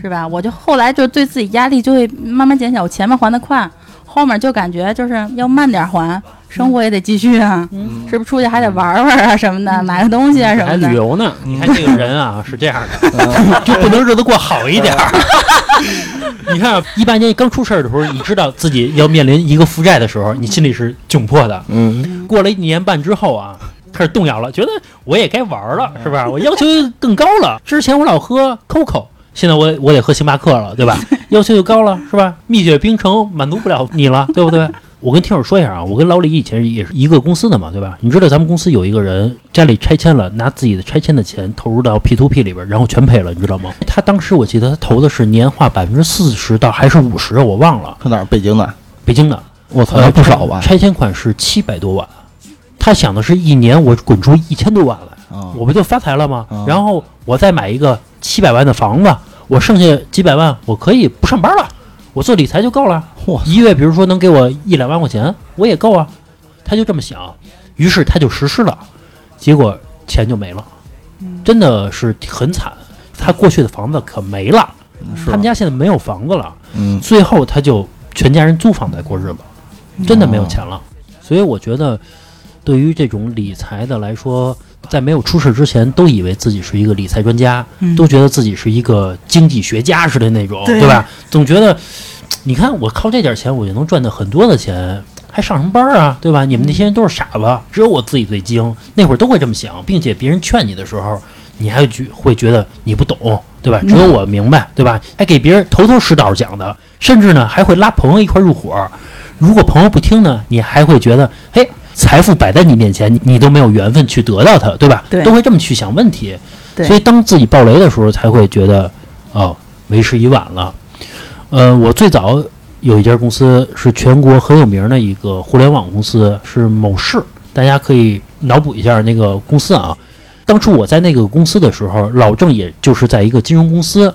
[SPEAKER 5] 是吧？我就后来就对自己压力就会慢慢减小，我前面还的快，后面就感觉就是要慢点还，生活也得继续啊，
[SPEAKER 6] 嗯
[SPEAKER 5] 是不是出去还得玩玩啊什么的，买个东西啊什
[SPEAKER 3] 还
[SPEAKER 5] 么
[SPEAKER 3] 旅
[SPEAKER 5] 的。
[SPEAKER 3] 游呢，
[SPEAKER 6] 你看这个人 啊，是这样的， 就不能日子过好一点儿。 你看啊一八年刚出事儿的时候，你知道自己要面临一个负债的时候，你心里是窘迫的。
[SPEAKER 4] 嗯，
[SPEAKER 6] 过了一年半之后啊，开始动摇了，觉得我也该玩儿了，是吧？我要求更高了。之前我老喝 COCO，现在我我得喝星巴克了，对吧？要求就高了，是吧？蜜雪冰城满足不了你了， 对不对？我跟听友说一下啊，我跟老李以前也是一个公司的嘛，对吧？你知道咱们公司有一个人家里拆迁了，拿自己的拆迁的钱投入到 P to P 里边，然后全赔了，你知道吗？他当时我记得他投的是年化百分之四十到还是五十，我忘了，
[SPEAKER 4] 看哪儿？北京的，
[SPEAKER 6] 北京的。
[SPEAKER 4] 我操，还不少吧？
[SPEAKER 6] 呃拆迁款是七百多万，他想的是一年我滚出一千多万来，
[SPEAKER 4] 啊，
[SPEAKER 6] 我不就发财了吗？
[SPEAKER 4] 啊
[SPEAKER 6] 然后我再买一个七百万的房子，我剩下几百万我可以不上班了，我做理财就够了。一月比如说能给我一两万块钱，我也够啊。他就这么想，于是他就实施了，结果钱就没了，真的是很惨。他过去的房子可没了，
[SPEAKER 4] 是
[SPEAKER 6] 他们家现在没有房子了。
[SPEAKER 4] 嗯，
[SPEAKER 6] 最后他就全家人租房在过日子，真的没有钱了。所以我觉得，对于这种理财的来说，在没有出事之前，都以为自己是一个理财专家，
[SPEAKER 5] 嗯
[SPEAKER 6] 都觉得自己是一个经济学家似的那种，对吧？总觉得，你看我靠这点钱，我就能赚到很多的钱。还上什么班儿啊，对吧？你们那些人都是傻子，只有我自己最精。那会儿都会这么想，并且别人劝你的时候，你还觉会觉得你不懂，对
[SPEAKER 5] 嗯
[SPEAKER 6] 吧？只有我明白，对吧？还给别人头头是道讲的，甚至呢还会拉朋友一块儿入伙。如果朋友不听呢，你还会觉得，嘿，财富摆在你面前，你你都没有缘分去得到它，对吧？
[SPEAKER 5] 对
[SPEAKER 6] 都会这么去想问题。
[SPEAKER 5] 对
[SPEAKER 6] 所以当自己爆雷的时候，才会觉得，哦，为时已晚了。呃，我最早有一家公司是全国很有名的一个互联网公司，是某市，大家可以脑补一下那个公司啊。当初我在那个公司的时候，老郑也就是在一个金融公司，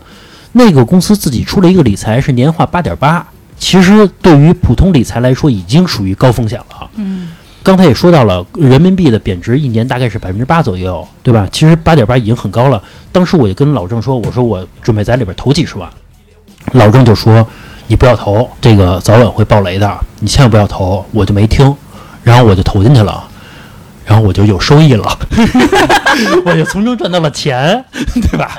[SPEAKER 6] 那个公司自己出了一个理财是年化八点八，其实对于普通理财来说已经属于高风险了。啊
[SPEAKER 5] 嗯，
[SPEAKER 6] 刚才也说到了，人民币的贬值一年大概是百分之八左右，对吧？其实八点八已经很高了。当时我就跟老郑说，我说我准备在里边投几十万，老郑就说你不要投，这个早晚会爆雷的，你千万不要投。我就没听，然后我就投进去了，然后我就有收益了， 我就从中赚到了钱，对吧？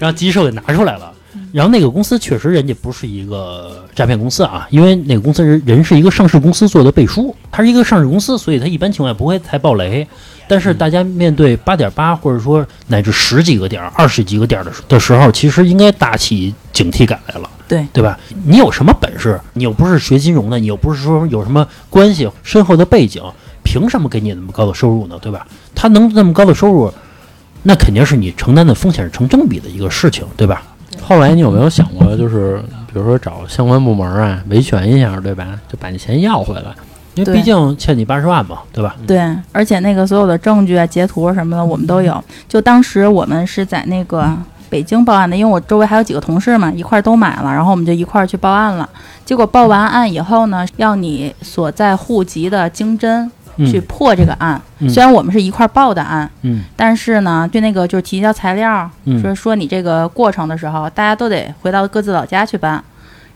[SPEAKER 6] 然后及时给拿出来了。然后那个公司确实人家不是一个诈骗公司啊，因为那个公司人人是一个上市公司做的背书，它是一个上市公司，所以它一般情况下不会太爆雷。但是大家面对八点八或者说乃至十几个点儿、二十几个点儿的时的时候，其实应该打起警惕感来了。
[SPEAKER 5] 对
[SPEAKER 6] 对吧？你有什么本事？你又不是学金融的，你又不是说有什么关系、深厚的背景，凭什么给你那么高的收入呢？对吧？他能那么高的收入，那肯定是你承担的风险是成正比的一个事情，对吧？
[SPEAKER 3] 后来你有没有想过，就是比如说找相关部门啊维权一下，对吧？就把你钱要回来。
[SPEAKER 6] 因为
[SPEAKER 5] 对
[SPEAKER 6] 毕竟欠你八十万嘛，对吧？
[SPEAKER 5] 对，而且那个所有的证据啊、截图什么的，我们都
[SPEAKER 6] 嗯
[SPEAKER 5] 有。就当时我们是在那个北京报案的，因为我周围还有几个同事嘛，一块儿都买了，然后我们就一块儿去报案了。结果报完案以后呢，要你所在户籍的经侦去
[SPEAKER 6] 嗯
[SPEAKER 5] 破这个案。
[SPEAKER 6] 嗯
[SPEAKER 5] 虽然我们是一块儿报的案，
[SPEAKER 6] 嗯
[SPEAKER 5] 但是呢，对那个就是提交材料，说
[SPEAKER 6] 嗯
[SPEAKER 5] 说你这个过程的时候，大家都得回到各自老家去办。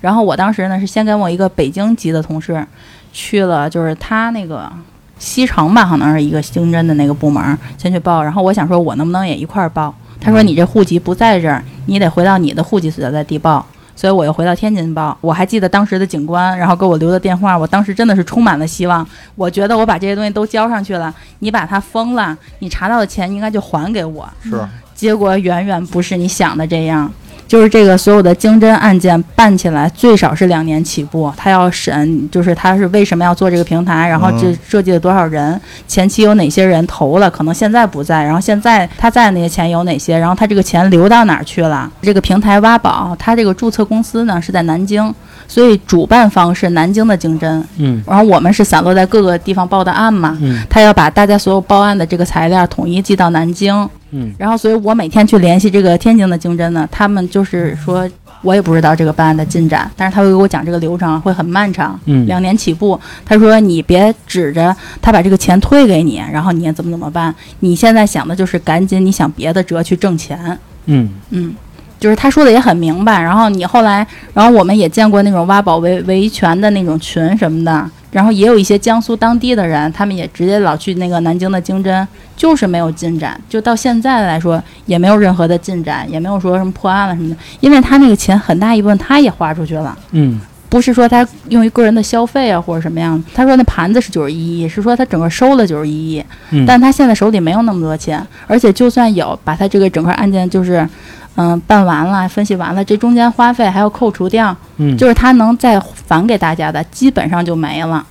[SPEAKER 5] 然后我当时呢是先跟我一个北京籍的同事去了，就是他那个西城吧，可能是一个刑侦的那个部门儿，先去报。然后我想说，我能不能也一块儿报？他说你这户籍不在这儿，你得回到你的户籍所在地报。所以我又回到天津报，我还记得当时的警官，然后给我留的电话，我当时真的是充满了希望。我觉得我把这些东西都交上去了，你把它封了，你查到的钱应该就还给我。
[SPEAKER 4] 是，
[SPEAKER 5] 结果远远不是你想的这样。就是这个所有的经侦案件办起来最少是两年起步，他要审，就是他是为什么要做这个平台，然后这
[SPEAKER 4] 嗯
[SPEAKER 5] 设计了多少人，前期有哪些人投了，可能现在不在，然后现在他在的那些钱有哪些，然后他这个钱流到哪儿去了？这个平台挖宝，他这个注册公司呢是在南京，所以主办方是南京的经侦，
[SPEAKER 6] 嗯
[SPEAKER 5] 然后我们是散落在各个地方报的案嘛，
[SPEAKER 6] 嗯
[SPEAKER 5] 他要把大家所有报案的这个材料统一寄到南京。
[SPEAKER 6] 嗯，
[SPEAKER 5] 然后所以我每天去联系这个天津的经侦呢，他们就是说我也不知道这个办案的进展，但是他会给我讲这个流程会很漫长，
[SPEAKER 6] 嗯
[SPEAKER 5] 两年起步。他说你别指着他把这个钱退给你，然后你也怎么怎么办？你现在想的就是赶紧你想别的辙去挣钱，
[SPEAKER 6] 嗯
[SPEAKER 5] 嗯。就是他说的也很明白，然后你后来，然后我们也见过那种挖宝维维权的那种群什么的，然后也有一些江苏当地的人，他们也直接老去那个南京的经侦，就是没有进展，就到现在来说也没有任何的进展，也没有说什么破案了什么的，因为他那个钱很大一部分他也花出去了。
[SPEAKER 6] 嗯
[SPEAKER 5] 不是说他用于个人的消费啊，或者什么样的。他说那盘子是九十一亿，是说他整个收了九十一亿，
[SPEAKER 6] 嗯
[SPEAKER 5] 但他现在手里没有那么多钱，而且就算有，把他这个整个案件就是，嗯、办完了，分析完了，这中间花费还要扣除掉，
[SPEAKER 6] 嗯，
[SPEAKER 5] 就是他能再返给大家的，基本上就没了。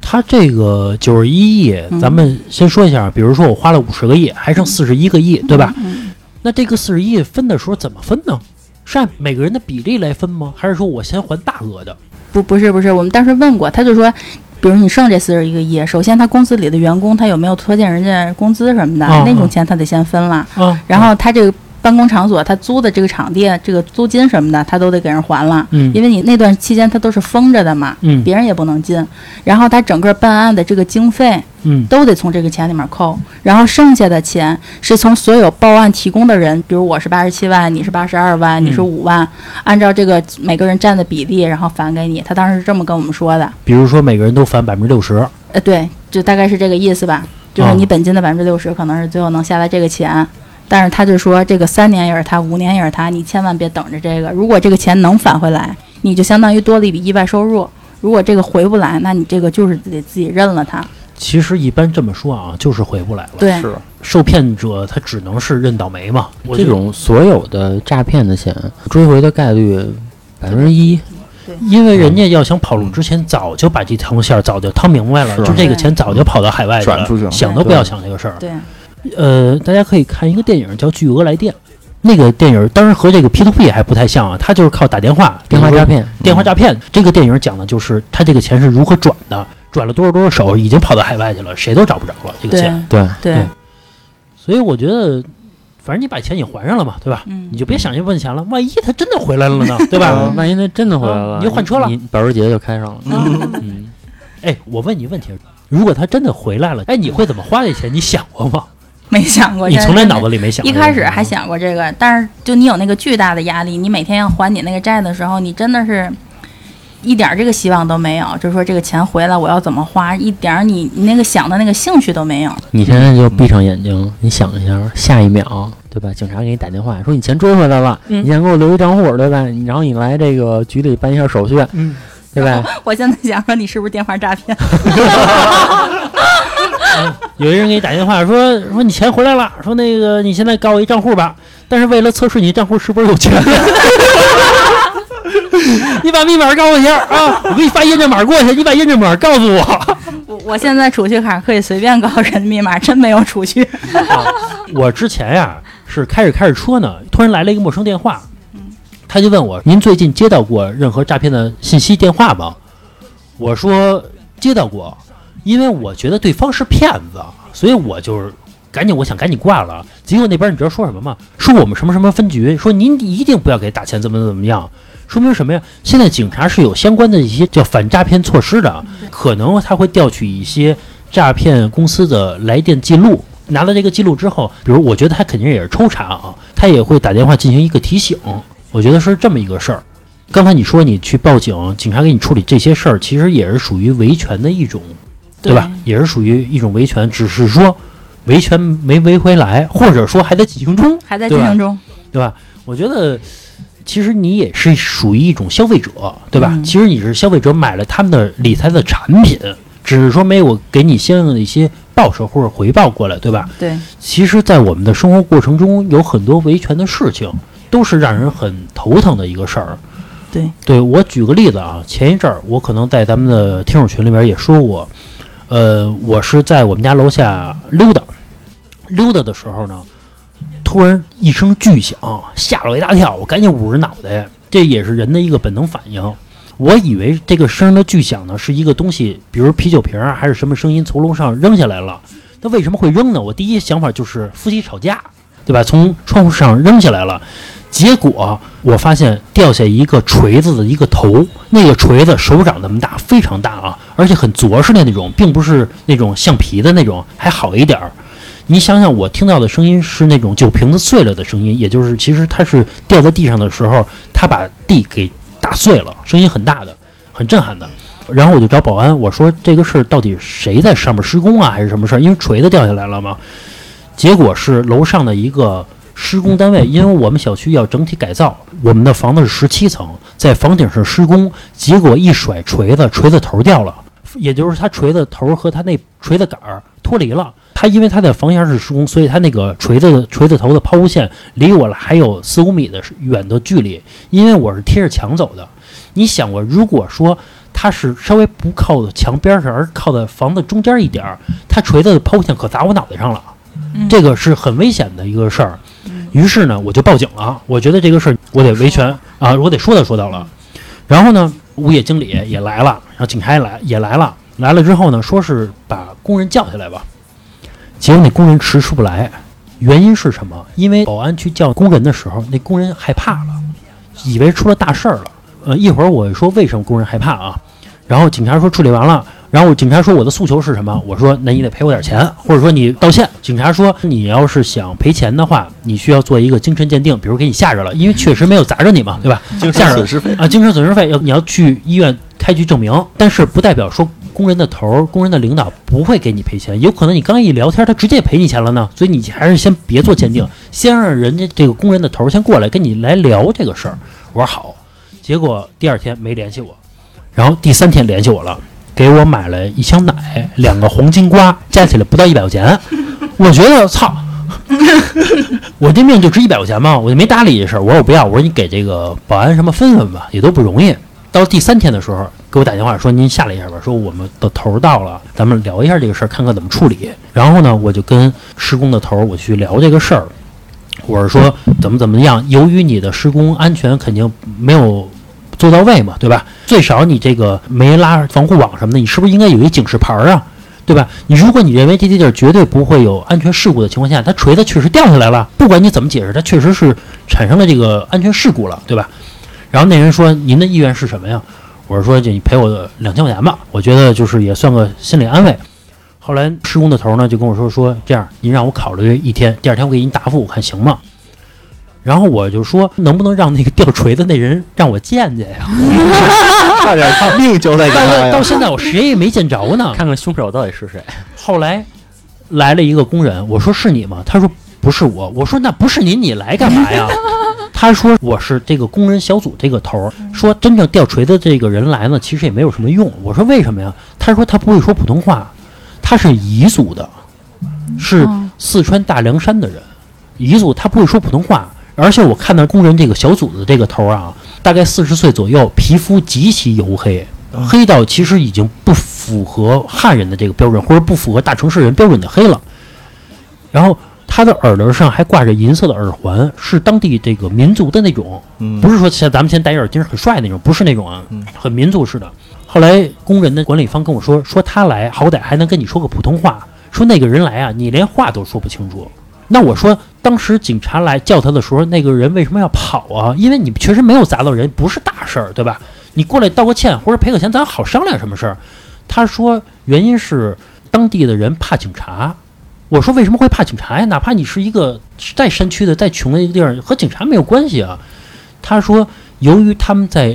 [SPEAKER 6] 他这个九十一亿，
[SPEAKER 5] 嗯
[SPEAKER 6] 咱们先说一下，比如说我花了五十个亿，还剩四十一个亿，对吧？
[SPEAKER 5] 嗯
[SPEAKER 6] 那这个四十亿分的时候怎么分呢？是按每个人的比例来分吗？还是说我先还大额的？
[SPEAKER 5] 不，不是，不是，我们当时问过，他就说。比如你剩这四十一个亿，首先他公司里的员工他有没有拖欠人家工资什么的，
[SPEAKER 6] 嗯
[SPEAKER 5] 那种
[SPEAKER 6] 嗯
[SPEAKER 5] 钱他得先分了。
[SPEAKER 6] 啊，
[SPEAKER 5] 然后他这个办公场所，他租的这个场地，这个租金什么的，他都得给人还了，
[SPEAKER 6] 嗯
[SPEAKER 5] 因为你那段期间他都是封着的嘛，
[SPEAKER 6] 嗯
[SPEAKER 5] 别人也不能进。然后他整个办案的这个经费
[SPEAKER 6] 嗯
[SPEAKER 5] 都得从这个钱里面扣，然后剩下的钱是从所有报案提供的人，比如我是八十七万，你是八十二万，你是五万，按照这个每个人占的比例，然后返给你。他当时是这么跟我们说的，
[SPEAKER 6] 比如说每个人都返百分之六十，
[SPEAKER 5] 呃，对，就大概是这个意思吧。就是
[SPEAKER 6] 啊
[SPEAKER 5] 你本金的百分之六十，可能是最后能下来这个钱，但是他就说这个三年也是他，五年也是他，你千万别等着这个。如果这个钱能返回来，你就相当于多了一笔意外收入；如果这个回不来，那你这个就是得自己认了它。
[SPEAKER 6] 其实一般这么说啊，就是回不来了。
[SPEAKER 5] 对，
[SPEAKER 4] 是，
[SPEAKER 6] 受骗者他只能是认倒霉嘛。我
[SPEAKER 3] 这
[SPEAKER 6] 就
[SPEAKER 3] 种所有的诈骗的钱追回的概率百分之一，
[SPEAKER 6] 因为人家要想跑路之前，早就把这条线儿早就趟明白了，
[SPEAKER 4] 是
[SPEAKER 6] 就这个钱早就跑到海外
[SPEAKER 4] 转出去了
[SPEAKER 6] 想都不要想这个事儿。
[SPEAKER 5] 对，
[SPEAKER 6] 呃，大家可以看一个电影叫《巨额来电》，那个电影当然和这个 P to P 还不太像啊，它就是靠打电话、
[SPEAKER 3] 电话诈
[SPEAKER 4] 嗯
[SPEAKER 6] 骗、
[SPEAKER 3] 骗。
[SPEAKER 6] 电话诈骗。这个电影讲的就是他这个钱是如何转的，转了多少多少手，已经跑到海外去了，谁都找不着了这个
[SPEAKER 5] 对
[SPEAKER 6] 钱。，
[SPEAKER 3] 对，
[SPEAKER 5] 对
[SPEAKER 6] 对，所以我觉得，反正你把钱你还上了嘛，对吧？
[SPEAKER 5] 嗯
[SPEAKER 6] 你，就别想去问钱了，万一他真的回来了呢，对吧
[SPEAKER 4] 嗯
[SPEAKER 3] 呃？万一那真的回来了，
[SPEAKER 6] 嗯啊你就换车了
[SPEAKER 3] 你保时捷就开上了。
[SPEAKER 6] 啊
[SPEAKER 3] 嗯，
[SPEAKER 6] 哎，我问你问题，如果它真的回来了，哎，你会怎么花这钱？你想过吗？
[SPEAKER 5] 没想过。
[SPEAKER 6] 你
[SPEAKER 5] 真的
[SPEAKER 6] 从来
[SPEAKER 5] 真的
[SPEAKER 6] 脑子里没想过
[SPEAKER 5] 一
[SPEAKER 6] 这个。啊
[SPEAKER 5] 开始还想过这个，但是就你有那个巨大的压力，你每天要还你那个债的时候，你真的是一点儿这个希望都没有，就是说这个钱回来我要怎么花，一点儿你你那个想的那个兴趣都没有。
[SPEAKER 3] 你现在就闭上眼睛，你想一下，下一秒，对吧？警察给你打电话说你钱追回来了，
[SPEAKER 6] 嗯
[SPEAKER 3] 你先给我留一账户，对吧？你然后你来这个局里办一下手续，
[SPEAKER 6] 嗯
[SPEAKER 3] 对吧？
[SPEAKER 5] 我现在想说，你是不是电话诈骗？
[SPEAKER 6] 有一人给你打电话说说你钱回来了，说那个你现在告我一账户吧，但是为了测试你账户是不是有钱， 你把密码告诉我一下啊，我给你发验证码过去，你把验证码告诉我。
[SPEAKER 5] 我我现在储蓄卡可以随便告人密码，真没有储蓄。
[SPEAKER 6] 我之前呀、是开着开着车呢，突然来了一个陌生电话，他就问我您最近接到过任何诈骗的信息电话吗？我说接到过，因为我觉得对方是骗子，所以我就是赶紧我想赶紧挂了。结果那边你知道说什么吗？说我们什么什么分局说您一定不要给打钱，怎么怎么样。说明什么呀？现在警察是有相关的一些叫反诈骗措施的，啊可能他会调取一些诈骗公司的来电记录，拿到这个记录之后，比如我觉得他肯定也是抽查啊，他也会打电话进行一个提醒。我觉得是这么一个事儿。刚才你说你去报警，警察给你处理这些事儿，其实也是属于维权的一种，对吧？也是属于一种维权，只是说维权没维回来，或者说还在进行中，
[SPEAKER 5] 还在
[SPEAKER 6] 对
[SPEAKER 5] 进
[SPEAKER 6] 吧
[SPEAKER 5] 行中，
[SPEAKER 6] 对吧？我觉得其实你也是属于一种消费者，对吧？
[SPEAKER 5] 嗯
[SPEAKER 6] 其实你是消费者买了他们的理财的产品，只是说没有给你相应的一些报酬或者回报过来，对吧？
[SPEAKER 5] 对，
[SPEAKER 6] 其实，在我们的生活过程中，有很多维权的事情，都是让人很头疼的一个事儿。
[SPEAKER 5] 对，
[SPEAKER 6] 对我举个例子啊，前一阵儿我可能在咱们的听友群里边也说过，呃，我是在我们家楼下溜达，溜达的时候呢，突然一声巨响，吓了我一大跳，我赶紧捂着脑袋，这也是人的一个本能反应。我以为这个声儿的巨响呢是一个东西，比如啤酒瓶儿啊还是什么声音从楼上扔下来了。那为什么会扔呢？我第一想法就是夫妻吵架，对吧？从窗户上扔下来了，结果我发现掉下一个锤子的一个头，那个锤子手掌那么大，非常大啊，而且很着实的那种，并不是那种橡皮的那种，还好一点儿。你想想，我听到的声音是那种酒瓶子碎了的声音，也就是其实它是掉在地上的时候，它把地给打碎了，声音很大的，很震撼的。然后我就找保安，我说这个事儿到底谁在上面施工啊，还是什么事儿？因为锤子掉下来了嘛。结果是楼上的一个施工单位，因为我们小区要整体改造，我们的房子是十七层，在房顶上施工，结果一甩锤子，锤子头掉了， 也就是它锤子头和它那锤子杆儿脱离了。它因为它在房檐上施工，所以它那个锤子锤子头的抛物线离我还有四五米的远的距离，因为我是贴着墙走的。你想过，如果说它是稍微不靠墙边上，而靠在房子中间一点儿，它锤子的抛物线可砸我脑袋上了。
[SPEAKER 5] 嗯
[SPEAKER 6] 这个是很危险的一个事儿。于是呢，我就报警了。我觉得这个事儿我得维权啊，我得说道说道了。然后呢，物业经理也来了，然后警察也来也来了。来了之后呢，说是把工人叫下来吧。结果那工人迟迟不来，原因是什么？因为保安去叫工人的时候，那工人害怕了，以为出了大事儿了。呃，一会儿我说为什么工人害怕啊？然后警察说处理完了，然后警察说我的诉求是什么？我说那你得赔我点钱，或者说你道歉。警察说你要是想赔钱的话，你需要做一个精神鉴定，比如给你吓着了，因为确实没有砸着你嘛，对吧？
[SPEAKER 4] 精
[SPEAKER 6] 吓
[SPEAKER 4] 神
[SPEAKER 6] 人
[SPEAKER 4] 损失费，
[SPEAKER 6] 啊，精神损失费要你要去医院开具证明，但是不代表说工人的头儿、工人的领导不会给你赔钱，有可能你刚一聊天，他直接赔你钱了呢。所以你还是先别做鉴定，先让人家这个工人的头儿先过来跟你来聊这个事儿。我说好，结果第二天没联系我，然后第三天联系我了，给我买了一箱奶、两个黄金瓜，加起来不到一百块钱。我觉得操， 我这命就值一百块钱嘛，我就没搭理这事儿。我说我不要，我说你给这个保安什么分分吧，也都不容易。到第三天的时候，给我打电话说您下来一下吧，说我们的头儿到了，咱们聊一下这个事儿，看看怎么处理。然后呢，我就跟施工的头儿我去聊这个事儿，我是说怎么怎么样，由于你的施工安全肯定没有做到位嘛，对吧？最少你这个没拉防护网什么的，你是不是应该有一警示牌儿啊？对吧？你如果你认为这地儿绝对不会有安全事故的情况下，它锤子确实掉下来了，不管你怎么解释，它确实是产生了这个安全事故了，对吧？然后那人说：“您的意愿是什么呀？”我说：“就你赔我两千块钱吧，我觉得就是也算个心理安慰。”后来施工的头呢就跟我说说这样，您让我考虑一天，第二天我给您答复，我看行吗？然后我就说能不能让那个吊锤的那人让我见见呀？
[SPEAKER 4] 差点把命交代给
[SPEAKER 6] 到
[SPEAKER 4] 他
[SPEAKER 6] 到
[SPEAKER 4] 哎呀！
[SPEAKER 6] 现在我谁也没见着呢。
[SPEAKER 3] 看看凶手到底是谁。
[SPEAKER 6] 后来来了一个工人，我说是你吗？他说不是我。我说那不是您，你来干嘛呀？他说我是这个工人小组这个头儿，说真正吊锤的这个人来呢，其实也没有什么用。我说为什么呀？他说他不会说普通话，他是彝族的，是
[SPEAKER 7] 哦
[SPEAKER 6] 四川大凉山的人，彝族他不会说普通话，而且我看到工人这个小组的这个头儿啊，大概四十岁左右，皮肤极其黝黑，黑到其实已经不符合汉人的这个标准，或者不符合大城市人标准的黑了。然后他的耳朵上还挂着银色的耳环，是当地这个民族的那种，
[SPEAKER 4] 嗯
[SPEAKER 6] 不是说像咱们现在戴一耳钉很帅那种，不是那种啊，
[SPEAKER 4] 嗯
[SPEAKER 6] 很民族式的。后来工人的管理方跟我说，说他来好歹还能跟你说个普通话，说那个人来啊，你连话都说不清楚。那我说，当时警察来叫他的时候，那个人为什么要跑啊？因为你确实没有砸到人，不是大事儿，对吧？你过来道个歉或者赔个钱，咱好商量什么事儿。他说原因是当地的人怕警察。我说为什么会怕警察呀？哪怕你是一个再山区的、再穷的地儿，和警察没有关系啊。他说，由于他们在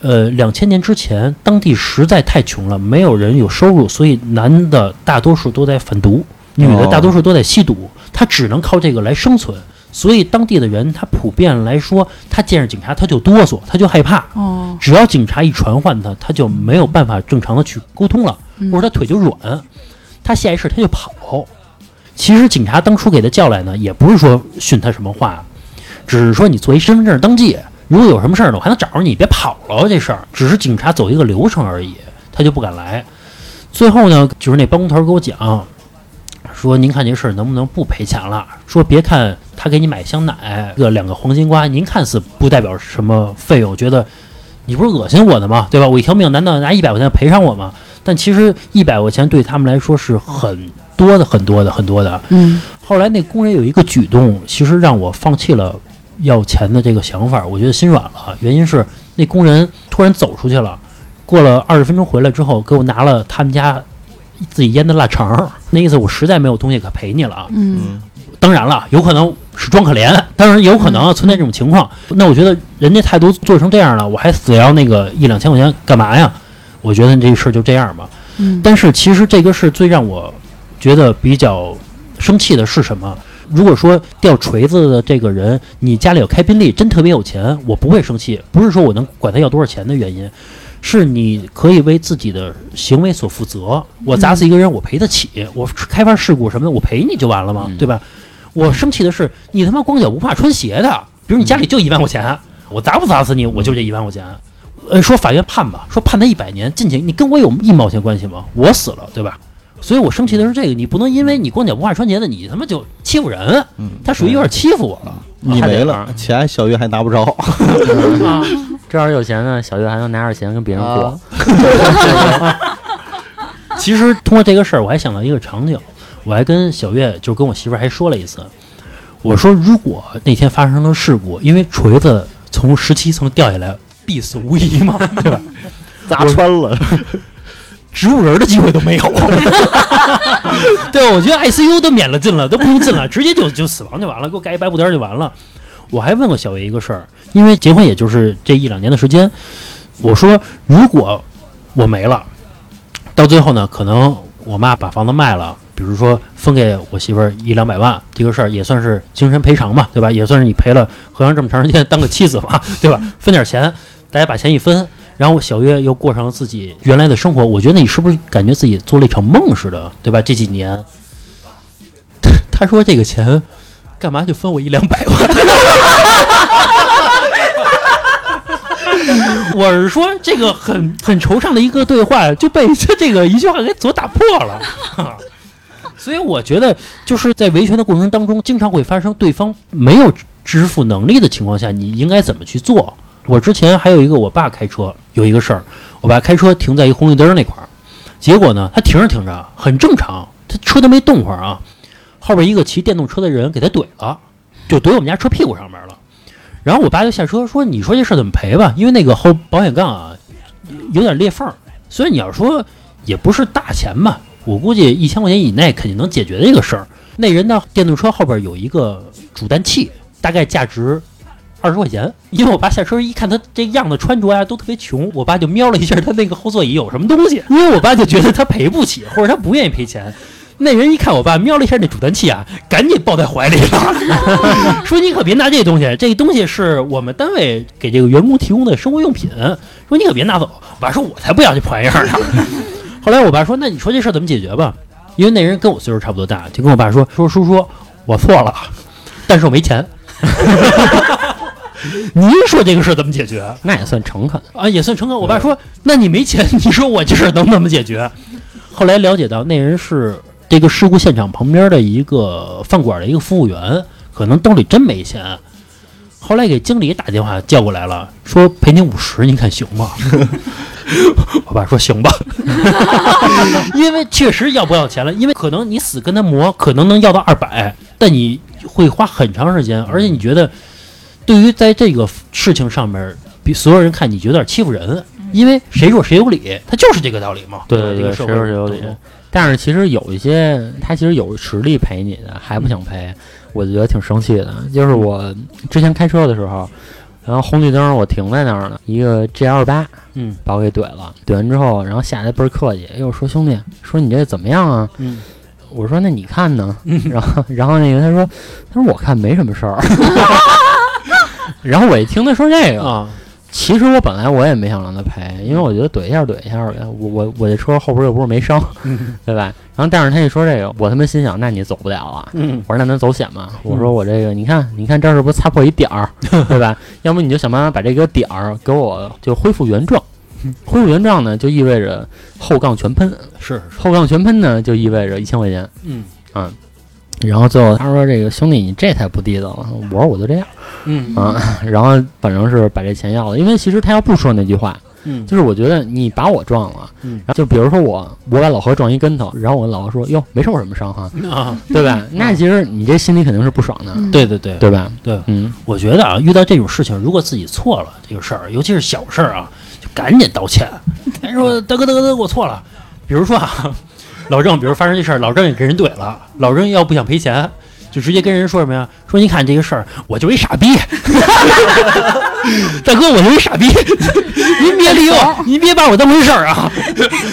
[SPEAKER 6] 呃两千年之前，当地实在太穷了，没有人有收入，所以男的大多数都在贩毒，女的
[SPEAKER 4] 哦
[SPEAKER 6] 大多数都在吸毒，他只能靠这个来生存。所以当地的人，他普遍来说，他见着警察他就哆嗦，他就害怕。
[SPEAKER 7] 哦，
[SPEAKER 5] 嗯
[SPEAKER 6] 只要警察一传唤他，他就没有办法正常的去沟通了，
[SPEAKER 7] 嗯
[SPEAKER 6] 或者他腿就软，他下意识他就跑。其实警察当初给他叫来呢，也不是说训他什么话，只是说你做一身份证登记，如果有什么事儿呢，我还能找着你，别跑了这事儿。只是警察走一个流程而已，他就不敢来。最后呢，就是那包工头儿给我讲，说您看这事儿能不能不赔钱了？说别看他给你买箱奶，这两个黄金瓜，您看似不代表什么费用，觉得你不是恶心我的吗？对吧？我一条命，难道拿一百块钱赔偿我吗？但其实一百块钱对他们来说是很多的、很多的、很多的。
[SPEAKER 7] 嗯
[SPEAKER 6] 后来那工人有一个举动，其实让我放弃了要钱的这个想法，我觉得心软了。啊原因是那工人突然走出去了，过了二十分钟回来之后，给我拿了他们家自己腌的腊肠儿，那意思我实在没有东西可赔你了啊。
[SPEAKER 7] 嗯
[SPEAKER 6] 当然了，有可能是装可怜，当然有可能啊存在这种情况。那我觉得人家态度做成这样了，我还死要那个一两千块钱干嘛呀？我觉得这事儿就这样吧。
[SPEAKER 7] 嗯，
[SPEAKER 6] 但是其实这个是最让我觉得比较生气的是什么？如果说掉锤子的这个人，你家里有开宾利，真特别有钱，我不会生气。不是说我能管他要多少钱的原因，是你可以为自己的行为所负责。我砸死一个人，我赔得起；我开发事故什么的，我赔你就完了嘛，对吧？我生气的是你他妈光脚不怕穿鞋的，比如你家里就一万块钱，我砸不砸死你，我就这一万块钱。呃，说法院判吧，说判他一百年进去，你跟我有一毛钱关系吗？我死了，对吧？所以我生气的是这个，你不能因为你光脚不怕穿鞋的，你他妈就欺负人，他属于有点欺负我了。
[SPEAKER 4] 嗯你
[SPEAKER 6] 还得
[SPEAKER 4] 没
[SPEAKER 6] 玩
[SPEAKER 4] 了
[SPEAKER 6] 儿
[SPEAKER 4] 钱，小月还拿不着，
[SPEAKER 3] 这要是有钱呢，小月还能拿着钱跟别人过。
[SPEAKER 6] 啊其实通过这个事儿，我还想到一个场景，我还跟小月，就跟我媳妇儿还说了一次，我说如果那天发生了事故，因为锤子从十七层掉下来，必死无疑嘛，对吧？
[SPEAKER 4] 砸穿了，
[SPEAKER 6] 植物人的机会都没有。 对，我觉得 ICU 都免了进了，都不用进了，直接就就死亡就完了，给我盖一白布单就完了。我还问过小爷一个事儿，因为结婚也就是这一两年的时间，我说如果我没了，到最后呢，可能我妈把房子卖了，比如说分给我媳妇儿一两百万，这个事儿也算是精神赔偿嘛，对吧？也算是你陪了和尚这么长时间当个妻子嘛，对吧？分点钱，大家把钱一分，然后小月又过上了自己原来的生活，我觉得你是不是感觉自己做了一场梦似的，对吧？这几年， 他说这个钱干嘛就分我一两百万？ 我是说这个很很惆怅的一个对话就被这这个一句话给所打破了。 所以我觉得，就是在维权的过程当中，经常会发生对方没有支付能力的情况下，你应该怎么去做？我之前还有一个我爸开车有一个事儿，我爸开车停在一红绿灯那块儿，结果呢，他停着停着很正常，他车都没动会儿啊，后边一个骑电动车的人给他怼了，就怼我们家车屁股上面了。然后我爸就下车说：“你说这事儿怎么赔吧？因为那个后保险杠啊有点裂缝儿，所以你要说也不是大钱吧，我我估计一千块钱以内肯定能解决这个事儿。那人的电动车后边有一个主氮气，大概价值二十块钱。因为我爸下车一看他这样子穿着呀、都特别穷，我爸就瞄了一下他那个后座椅有什么东西，因为我爸就觉得他赔不起，或者他不愿意赔钱。那人一看我爸瞄了一下那主氮气啊，赶紧抱在怀里了， 说：“你可别拿这东西，这东西是我们单位给这个员工提供的生活用品，说你可别拿走。”我爸说：“我才不要这破玩意儿呢。” 后来我爸说：“那你说这事儿怎么解决吧？”因为那人跟我岁数差不多大，就跟我爸说：“说叔叔，我错了，但是我没钱。”您说这个事儿怎么解决
[SPEAKER 3] 那也算诚恳。
[SPEAKER 6] 啊？也算诚恳。我爸说：“那你没钱，你说我这事儿能怎么解决？”后来了解到，那人是这个事故现场旁边的一个饭馆的一个服务员，可能兜里真没钱。后来给经理打电话叫过来了，说赔你五十，你看行吗？ 我爸说行吧， 因为确实要不要钱了，因为可能你死跟他磨，可能能要到二百，但你会花很长时间，而且你觉得，对于在这个事情上面，比所有人看你觉得有点欺负人，因为谁弱谁有理，他就是这个道理嘛。
[SPEAKER 3] 对
[SPEAKER 6] 吧
[SPEAKER 3] 对
[SPEAKER 6] 这个
[SPEAKER 3] 对，
[SPEAKER 6] 社
[SPEAKER 3] 谁
[SPEAKER 6] 会
[SPEAKER 3] 有谁有理。但是其实有一些，他其实有实力赔你的，还不想赔，我就觉得挺生气的。就是我之前开车的时候，然后红绿灯我停在那儿了，一个 G L 八，
[SPEAKER 6] 嗯
[SPEAKER 3] 把我给怼了。怼完之后，然后下来倍儿客气，哎呦说兄弟，说你这怎么样啊？
[SPEAKER 6] 嗯，
[SPEAKER 3] 我说那你看呢？ 然后然后那个他说，他说我看没什么事儿。 然后我一听他说这个，
[SPEAKER 6] 啊，
[SPEAKER 3] 其实我本来我也没想让他赔，因为我觉得怼一下怼一下呗，我我我这车后边又不是没伤，对吧？然后但是他一说这个，我他妈心想，那你走不了啊。
[SPEAKER 6] 嗯
[SPEAKER 3] 我说那咱走险吧。我说我这个，你看，你看这儿是不是擦破一点儿，对吧？要么你就想办法把这个点儿给我就恢复原状。恢复原状呢，就意味着后杠全喷，
[SPEAKER 6] 是是
[SPEAKER 3] 后杠全喷呢，就意味着一千块钱。
[SPEAKER 6] 嗯
[SPEAKER 3] 然后最后他说：“这个兄弟，你这太不地道了。”我说：“我就这样
[SPEAKER 6] 嗯
[SPEAKER 3] 啊。” 然后反正是把这钱要了，因为其实他要不说那句话，
[SPEAKER 6] 嗯
[SPEAKER 3] 就是我觉得你把我撞了，
[SPEAKER 6] 嗯
[SPEAKER 3] 然后就比如说我我把老何撞一跟头，然后我老何说：“哟，没受什么伤 哈，
[SPEAKER 6] 啊，
[SPEAKER 3] 对吧？”那其实你这心里肯定是不爽的，
[SPEAKER 6] 对对嗯对，
[SPEAKER 3] 对吧？
[SPEAKER 6] 对
[SPEAKER 3] 嗯，
[SPEAKER 6] 我觉得啊，遇到这种事情，如果自己错了这个事儿，尤其是小事儿啊，就赶紧道歉。他说：“大哥，大哥，大哥，我错了。”比如说啊，老郑，比如发生这事儿，老郑也跟人怼了，老郑要不想赔钱，就直接跟人说什么呀？说你看这个事儿，我就是一傻逼， 大哥，我就是一傻逼， 您别理我，您哎别把我当回事儿啊。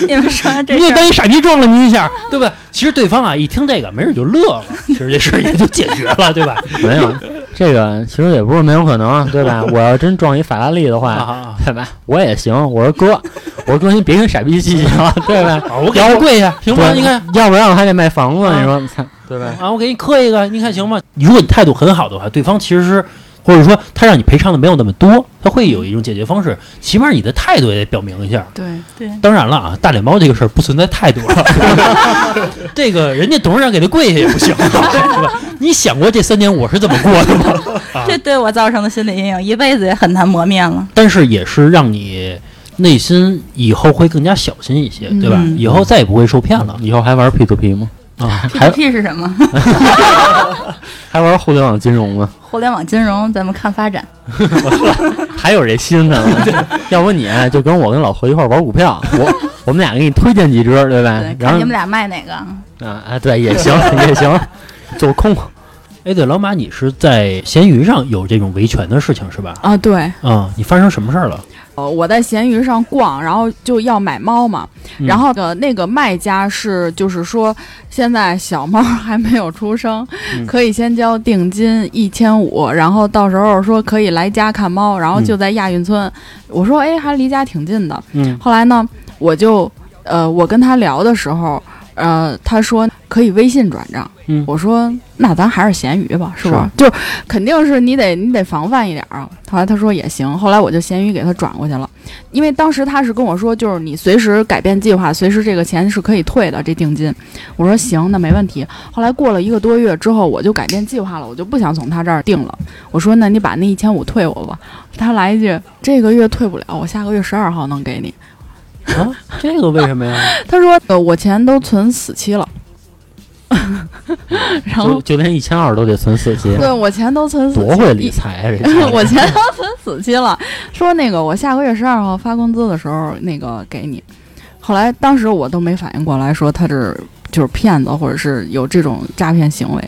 [SPEAKER 5] 你们嗯说这
[SPEAKER 6] 你也
[SPEAKER 5] 事儿
[SPEAKER 6] 当一傻逼撞了您一下， 对吧？其实对方啊一听这个，没准就乐 了，其实这事儿也就解决了，对吧？
[SPEAKER 3] 没有，这个其实也不是没有可能，啊对 吧？我要真撞一法拉利的
[SPEAKER 6] 啊
[SPEAKER 3] 话，
[SPEAKER 6] 啊
[SPEAKER 3] 对吧？我也行。我说 哥，我说哥，您别跟傻逼 计较，对吧？
[SPEAKER 6] 啊！我给
[SPEAKER 3] 要跪下，
[SPEAKER 6] 行吧
[SPEAKER 3] 对
[SPEAKER 6] 你看，
[SPEAKER 3] 要不然我还得卖房子，
[SPEAKER 6] 啊
[SPEAKER 3] 你说，操对吧？
[SPEAKER 6] 啊，我给你磕一个，你看行吗？如果你态度很好的话，对方其实是或者说他让你赔偿的没有那么多，他会有一种解决方式，起码你的态度也得表明一下。
[SPEAKER 7] 对，
[SPEAKER 6] 当然了啊，大脸猫这个事儿不存在态度 了，这个人家董事长给他跪下也 不行，对吧？你想过这三年我是怎么过的吗？
[SPEAKER 5] 这对我造成的心理阴影，一辈子也很难磨灭了。
[SPEAKER 6] 但是也是让你内心以后会更加小心一些，对吧？
[SPEAKER 5] 嗯
[SPEAKER 6] 以后再也不会受骗了。
[SPEAKER 3] 以后还玩 P to P 吗？
[SPEAKER 6] 啊，
[SPEAKER 5] P to P 是什么？
[SPEAKER 3] 还玩互联网金融吗？
[SPEAKER 5] 互联网金融，咱们看发展。
[SPEAKER 3] 还有这心呢？ 要不你啊就跟我跟老何一块儿玩股票，我我们俩给你推荐几只，对吧
[SPEAKER 5] 对，？
[SPEAKER 3] 然
[SPEAKER 5] 看你们
[SPEAKER 3] 后
[SPEAKER 5] 俩卖哪个。
[SPEAKER 3] 啊啊，对，也 行也行，做空。
[SPEAKER 6] 哎，对，老马，你是在闲鱼上有这种维权的事情是吧？
[SPEAKER 7] 啊，对，
[SPEAKER 6] 啊，你发生什么事儿了？
[SPEAKER 7] 呃，我在闲鱼上逛，然后就要买猫嘛，
[SPEAKER 6] 嗯
[SPEAKER 7] 然后呃那个卖家是就是说，现在小猫还没有出生，
[SPEAKER 6] 嗯
[SPEAKER 7] 可以先交定金一千五，然后到时候说可以来家看猫，然后就在亚运村，我说哎，还离家挺近的。
[SPEAKER 6] 嗯
[SPEAKER 7] 后来呢，我就呃，我跟他聊的时候，呃，他说可以微信转账。
[SPEAKER 6] 嗯
[SPEAKER 7] 我说那咱还是闲鱼吧，是吧？就是肯定是你得你得防范一点儿啊。后来他说也行，后来我就闲鱼给他转过去了，因为当时他是跟我说，就是你随时改变计划，随时这个钱是可以退的这定金。我说行，那没问题。后来过了一个多月之后，我就改变计划了，我就不想从他这儿定了。我说那你把那一千五退我吧。他来一句这个月退不了，我下个月十二号能给你。
[SPEAKER 6] 啊，这个为什么呀？
[SPEAKER 7] 他说：“呃，我钱都存死期了。” 然
[SPEAKER 3] 就
[SPEAKER 7] 后，
[SPEAKER 3] 就连一千二都得存死期，
[SPEAKER 7] 对我钱都存死期，
[SPEAKER 3] 啊多会理 财啊！这家伙
[SPEAKER 7] 我钱都存死期了。说那个我下个月十二号发工资的时候，那个给你。后来当时我都没反应过来，说他这就是骗子，或者是有这种诈骗行为。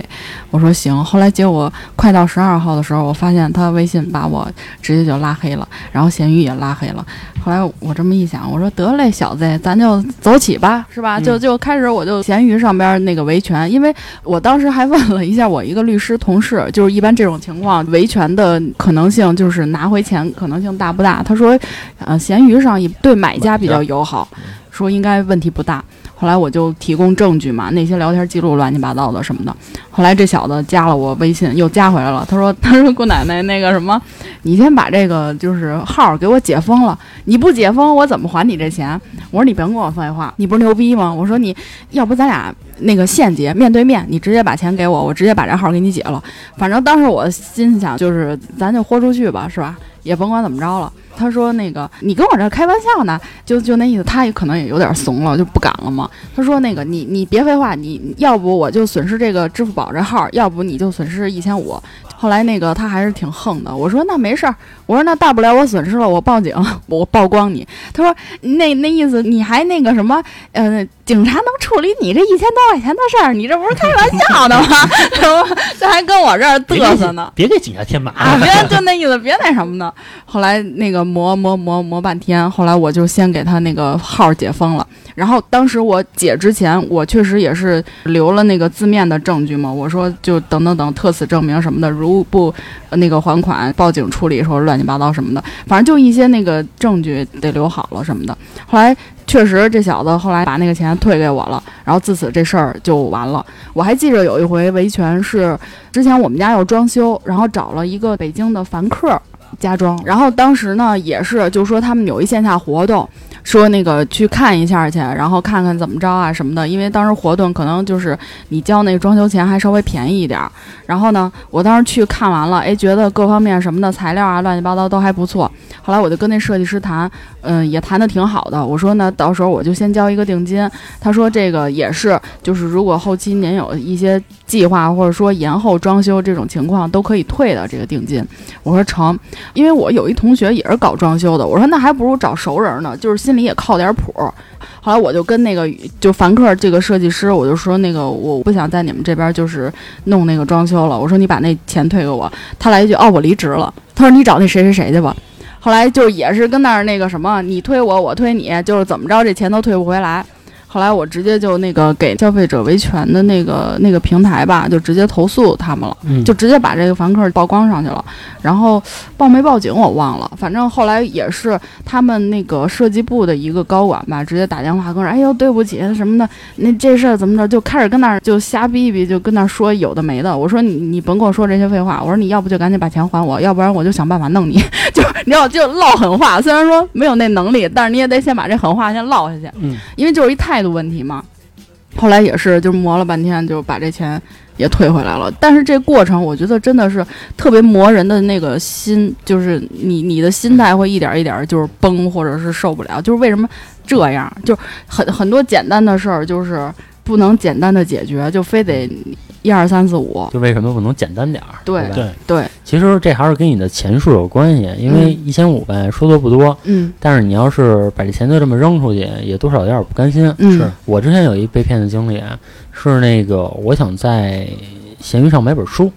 [SPEAKER 7] 我说行。后来结果快到十二号的时候，我发现他微信把我直接就拉黑了，然后闲鱼也拉黑了。后来我这么一想，我说得嘞，小子，咱就走起吧，是吧？就就开始我就闲鱼上边那个维权，因为我当时还问了一下我一个律师同事，就是一般这种情况维权的可能性，就是拿回钱可能性大不大？他说，呃，闲鱼上也对买家比较友好，说应该问题不大。后来我就提供证据嘛，那些聊天记录乱七八糟的什么的。后来这小子加了我微信，又加回来了。他说：“ 他说姑奶奶那个什么，你先把这个就是号给我解封了，你不解封我怎么还你这钱？”我说：“你甭跟我废话，你不是牛逼吗？”我说你：“要不咱俩那个现结，面对面，你直接把钱给我，我直接把这号给你解了。反正当时我心想，就是咱就豁出去吧，是吧？也甭管怎么着了。”他说：“那个，你跟我这儿开玩笑呢，就就那意思，他也可能也有点怂了，就不敢了嘛。他说：“那个，你你别废话，你要不我就损失这个支付宝这号，要不你就损失一千五。”后来那个他还是挺横的，我说：“那没事儿，我说那大不了我损失了，我报警，我曝光你。”他说：“那那意思你还那个什么，呃，警察能处理你这一千多块钱的事儿，你这不是开玩笑呢吗？ 然后这还跟我这儿嘚瑟呢。”
[SPEAKER 6] 别给警察添麻
[SPEAKER 7] 啊，
[SPEAKER 6] 烦。
[SPEAKER 7] 别就那意思，别那什么的。后来那个磨磨磨磨半天，后来我就先给他那个号解封了。然后当时我解之前，我确实也是留了那个字面的证据嘛，我说就等等等特此证明什么的，如不呃那个还款，报警处理，说乱七八糟什么的，反正就一些那个证据得留好了什么的。后来确实这小子后来把那个钱退给我了，然后自此这事儿就完了。我还记着有一回维权是之前我们家要装修，然后找了一个北京的凡客家装，然后当时呢也是就说他们有一线下活动，说那个去看一下去，然后看看怎么着啊什么的，因为当时活动可能就是你交那个装修钱还稍微便宜一点儿。然后呢，我当时去看完了，哎，觉得各方面什么的材料啊乱七八糟都还不错。后来我就跟那设计师谈，嗯，也谈的挺好的。我说呢，到时候我就先交一个定金。他说这个也是，就是如果后期您有一些计划或者说延后装修这种情况都可以退的这个定金。我说成，因为我有一同学也是搞装修的，我说那还不如找熟人呢，就是心里也靠点谱。后来我就跟那个就凡客这个设计师，我就说那个我不想在你们这边就是弄那个装修了，我说你把那钱退给我。他来一句哦我离职了，他说你找那谁谁谁去吧。后来就也是跟那儿那个什么，你推我，我推你，就是怎么着这钱都退不回来。后来我直接就那个给消费者维权的那个那个平台吧，就直接投诉他们了，
[SPEAKER 6] 嗯
[SPEAKER 7] 就直接把这个房客曝光上去了。然后报没报警我忘了，反正后来也是他们那个设计部的一个高管吧，直接打电话跟我说：“哎呦，对不起什么的，那这事儿怎么着？”就开始跟那儿就瞎逼逼，就跟那儿说有的没的。我说你你甭跟我说这些废话，我说你要不就赶紧把钱还我，要不然我就想办法弄你。 就你知道，就唠狠话，虽然说没有那能力，但是你也得先把这狠话先唠下去。
[SPEAKER 6] 嗯，
[SPEAKER 7] 因为就是一态度问题嘛。后来也是，就磨了半天，就把这钱也退回来了。但是这过程，我觉得真的是特别磨人的那个心，就是你你的心态会一点一点就是崩，或者是受不了。就是为什么这样？就是很很多简单的事儿，就是不能简单的解决，就非得一二三四五。
[SPEAKER 3] 就为什么不能简单点儿？
[SPEAKER 7] 对
[SPEAKER 3] 吧
[SPEAKER 6] 对
[SPEAKER 7] 对，
[SPEAKER 3] 其实这还是跟你的钱数有关系，因为一千五呗，说多不多，
[SPEAKER 7] 嗯
[SPEAKER 3] 但是你要是把这钱就这么扔出去，也多少有点不甘心。
[SPEAKER 7] 嗯，
[SPEAKER 6] 是
[SPEAKER 3] 我之前有一被骗的经历，啊是那个我想在闲鱼上买本书，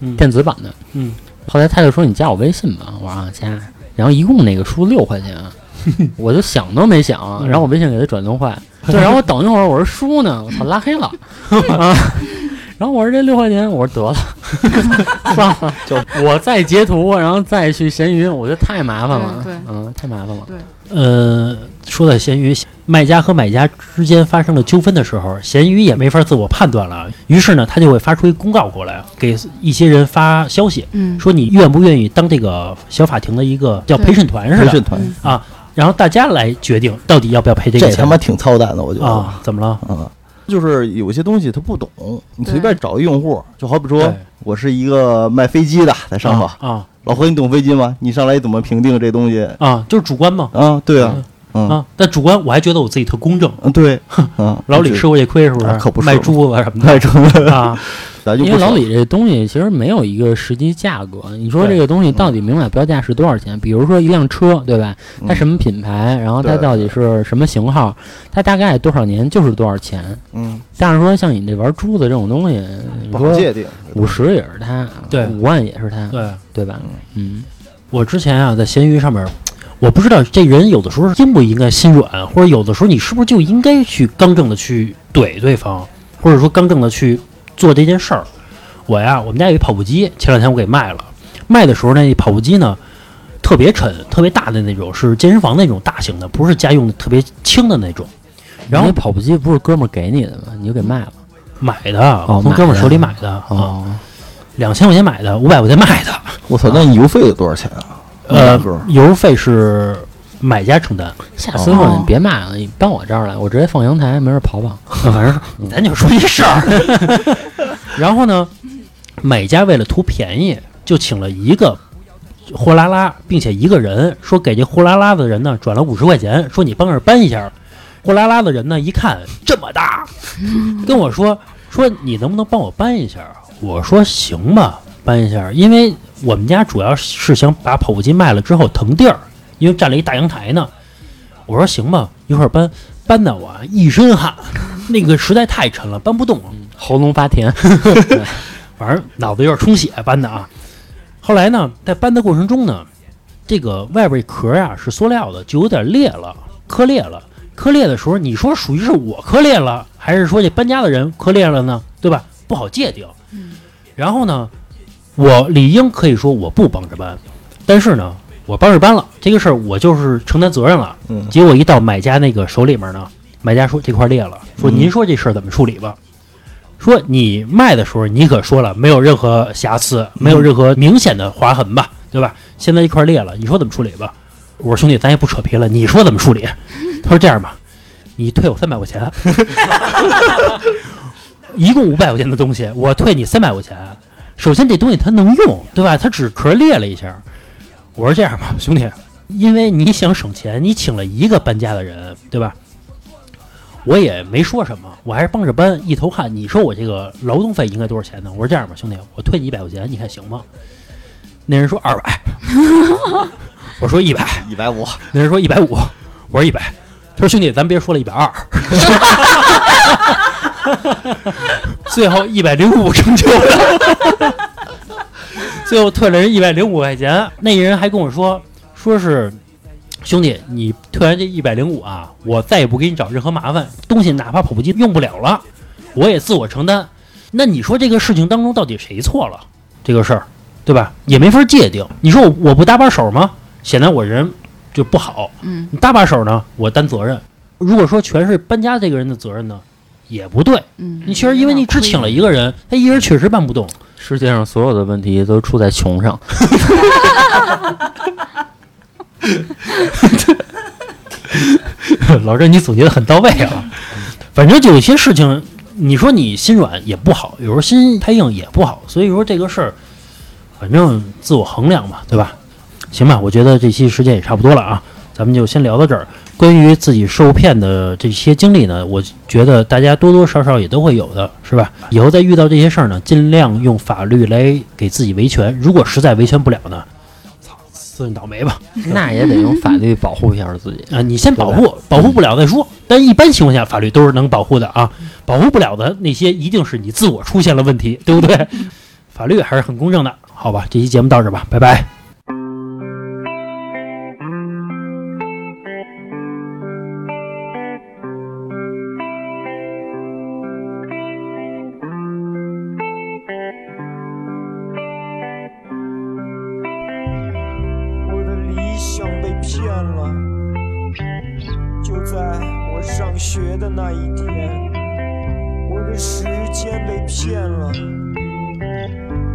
[SPEAKER 6] 嗯
[SPEAKER 3] 电子版的，
[SPEAKER 6] 嗯，
[SPEAKER 3] 后来他就说你加我微信吧，我说啊加，然后一共那个书六块钱，啊我就想都没想，然后我微信给他转弄坏，对，然后我等一会儿，我说书呢，我操拉黑了，啊，然后我说这六块钱，我说得了，算了，就我再截图，然后再去闲鱼，我觉得太麻烦了，
[SPEAKER 7] 对对
[SPEAKER 3] 嗯，太麻烦了，
[SPEAKER 6] 呃，说到闲鱼，卖家和买家之间发生了纠纷的时候，闲鱼也没法自我判断了，于是呢，他就会发出一公告过来，给一些人发消息，
[SPEAKER 7] 嗯
[SPEAKER 6] 说你愿不愿意当这个小法庭的一个叫陪审团似
[SPEAKER 4] 培
[SPEAKER 6] 的，
[SPEAKER 4] 训团，
[SPEAKER 7] 嗯
[SPEAKER 6] 然后大家来决定到底要不要赔这个
[SPEAKER 4] 这
[SPEAKER 6] 钱。
[SPEAKER 4] 他妈挺操蛋的，我觉得。
[SPEAKER 6] 啊，怎么了？
[SPEAKER 4] 嗯，就是有些东西他不懂，你随便找一用户，就好比说
[SPEAKER 6] 对
[SPEAKER 4] 我是一个卖飞机的，在上头，
[SPEAKER 6] 啊
[SPEAKER 4] 老何你懂飞机吗？你上来怎么评定这东西？
[SPEAKER 6] 啊啊，就是主观嘛。
[SPEAKER 4] 啊，对啊，嗯
[SPEAKER 6] 啊。但主观我还觉得我自己特公正，
[SPEAKER 4] 嗯，对，嗯，
[SPEAKER 6] 老李
[SPEAKER 4] 是
[SPEAKER 6] 吃过这亏是不
[SPEAKER 4] 啊
[SPEAKER 6] 是？
[SPEAKER 4] 可不是
[SPEAKER 6] 卖猪啊 什么
[SPEAKER 4] 太
[SPEAKER 6] 的
[SPEAKER 4] 成了，
[SPEAKER 6] 啊，
[SPEAKER 4] 咱就
[SPEAKER 3] 因
[SPEAKER 4] 不
[SPEAKER 3] 为老
[SPEAKER 4] 说
[SPEAKER 3] 李这东西其实没有一个实际价格，你说这
[SPEAKER 4] 嗯
[SPEAKER 3] 个东西到底明码标价是多少钱？比如说一辆车，对吧？它什么品牌，然后它
[SPEAKER 4] 嗯对
[SPEAKER 3] 到底是什么型号，它大概多少年就是多少钱。
[SPEAKER 4] 嗯，
[SPEAKER 3] 但是说像你这玩珠子这种东西，你
[SPEAKER 4] 不好
[SPEAKER 3] 说
[SPEAKER 4] 界定，
[SPEAKER 3] 五十也是它，
[SPEAKER 6] 对
[SPEAKER 3] 五万也是它，
[SPEAKER 6] 对。
[SPEAKER 3] 对吧？嗯，
[SPEAKER 6] 我之前啊，在闲鱼上面，我不知道这人有的时候应不应该心软，或者有的时候你是不是就应该去刚正的去怼对方，或者说刚正的去做这件事儿。我呀，我们家有一跑步机，前两天我给卖了，卖的时候那跑步机呢特别沉，特别大的那种，是健身房那种大型的，不是家用的特别轻的那种。然后
[SPEAKER 3] 你那跑步机不是哥们儿给你的吗？你就给卖了。
[SPEAKER 6] 买的啊，
[SPEAKER 3] 哦
[SPEAKER 6] 从哥们儿手里
[SPEAKER 3] 买哦
[SPEAKER 6] 买的
[SPEAKER 4] 哦
[SPEAKER 6] 啊，，两千块钱买的，五百块钱卖的，
[SPEAKER 4] 我操，那你邮费得多少钱啊？
[SPEAKER 6] 呃
[SPEAKER 4] 那个，
[SPEAKER 6] 邮费是买家承担。
[SPEAKER 3] 下
[SPEAKER 4] 哦
[SPEAKER 3] 次说啊你别卖了，你搬我这儿来，我直接放阳台，没人跑 跑。
[SPEAKER 6] 反正咱就说这事儿。 然后呢，买家为了图便宜，就请了一个货拉拉，并且一个人说给这货拉拉的人呢转了五十块钱，说你帮着搬一下。货拉拉的人呢一看这么大，跟我说说你能不能帮我搬一下？我说行吧，搬一下，因为我们家主要是想把跑步机卖了之后腾地儿，因为占了一大阳台呢。我说行吧，一会儿搬，搬的我一身汗，那个实在太沉了，搬不动了，
[SPEAKER 3] 喉咙发甜，
[SPEAKER 6] 反正脑子有点充血搬的啊。后来呢，在搬的过程中呢，这个外边壳啊是塑料的，就有点裂了，磕裂了。磕裂的时候，你说属于是我磕裂了，还是说这搬家的人磕裂了呢？对吧？不好界定。然后呢，我理应可以说我不帮着搬，但是呢，我帮着搬了这个事儿，我就是承担责任了。
[SPEAKER 4] 嗯
[SPEAKER 6] 结果一到买家那个手里面呢，买家说这块裂了，说您说这事儿怎么处理吧？说你卖的时候你可说了没有任何瑕疵，没有任何明显的划痕吧，对吧？现在一块裂了，你说怎么处理吧？我说兄弟，咱也不扯皮了，你说怎么处理？他说这样吧，你退我三百块钱，一共五百块钱的东西，我退你三百块钱。首先这东西它能用，对吧？它只壳裂了一下。我说这样吧，兄弟，因为你想省钱，你请了一个搬家的人，对吧？我也没说什么，我还是帮着搬，一头汗。你说我这个劳动费应该多少钱呢？我说这样吧，兄弟，我退你一百块钱，你看行吗？那人说二百， 我说一百，
[SPEAKER 4] 一百五，
[SPEAKER 6] 那人说一百五，我说一百，他说兄弟，咱别说了，一百二， 最后一百零五成交了， 最后退了人一百零五块钱，那人还跟我说，说是兄弟，你退完这一百零五啊，我再也不给你找任何麻烦，东西哪怕跑步机用不了了，我也自我承担。那你说这个事情当中到底谁错了？这个事儿，对吧？也没法界定。你说我我不搭把手吗？显得我人就不好。
[SPEAKER 7] 嗯，
[SPEAKER 6] 你搭把手呢，我担责任。如果说全是搬家这个人的责任呢，也不对。
[SPEAKER 7] 嗯，
[SPEAKER 6] 你确实因为你只请了一个人，他一人确实办不动。
[SPEAKER 3] 世界上所有的问题都出在穷上。
[SPEAKER 6] 老郑，你总结的很到位啊。反正就有些事情，你说你心软也不好，有时候心太硬也不好。所以说这个事儿，反正自我衡量嘛，对吧？行吧，我觉得这期时间也差不多了啊，咱们就先聊到这儿。关于自己受骗的这些经历呢，我觉得大家多多少少也都会有的，是吧？以后再遇到这些事儿呢，尽量用法律来给自己维权。如果实在维权不了呢，操，算你倒霉吧。
[SPEAKER 3] 那也得用法律保护一下自己。
[SPEAKER 6] 啊，你先保护，保护不了再说。但一般情况下，法律都是能保护的啊。保护不了的那些，一定是你自我出现了问题，对不对？法律还是很公正的，好吧？这期节目到这儿吧，拜拜。
[SPEAKER 8] 我的理想被骗了。就在我上学的那一天，我的时间被骗了。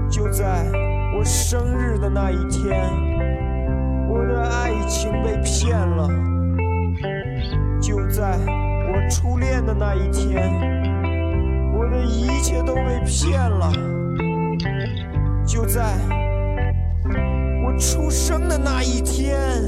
[SPEAKER 8] 就在我生日的那一天，我的爱情被骗了。就在我初恋的那一天，我的一切都被骗了。就在。我出生的那一天。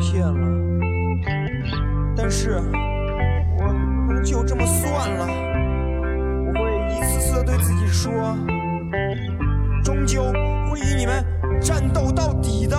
[SPEAKER 8] 骗了，但是我就这么算了。我会一次次地对自己说，终究会与你们战斗到底的。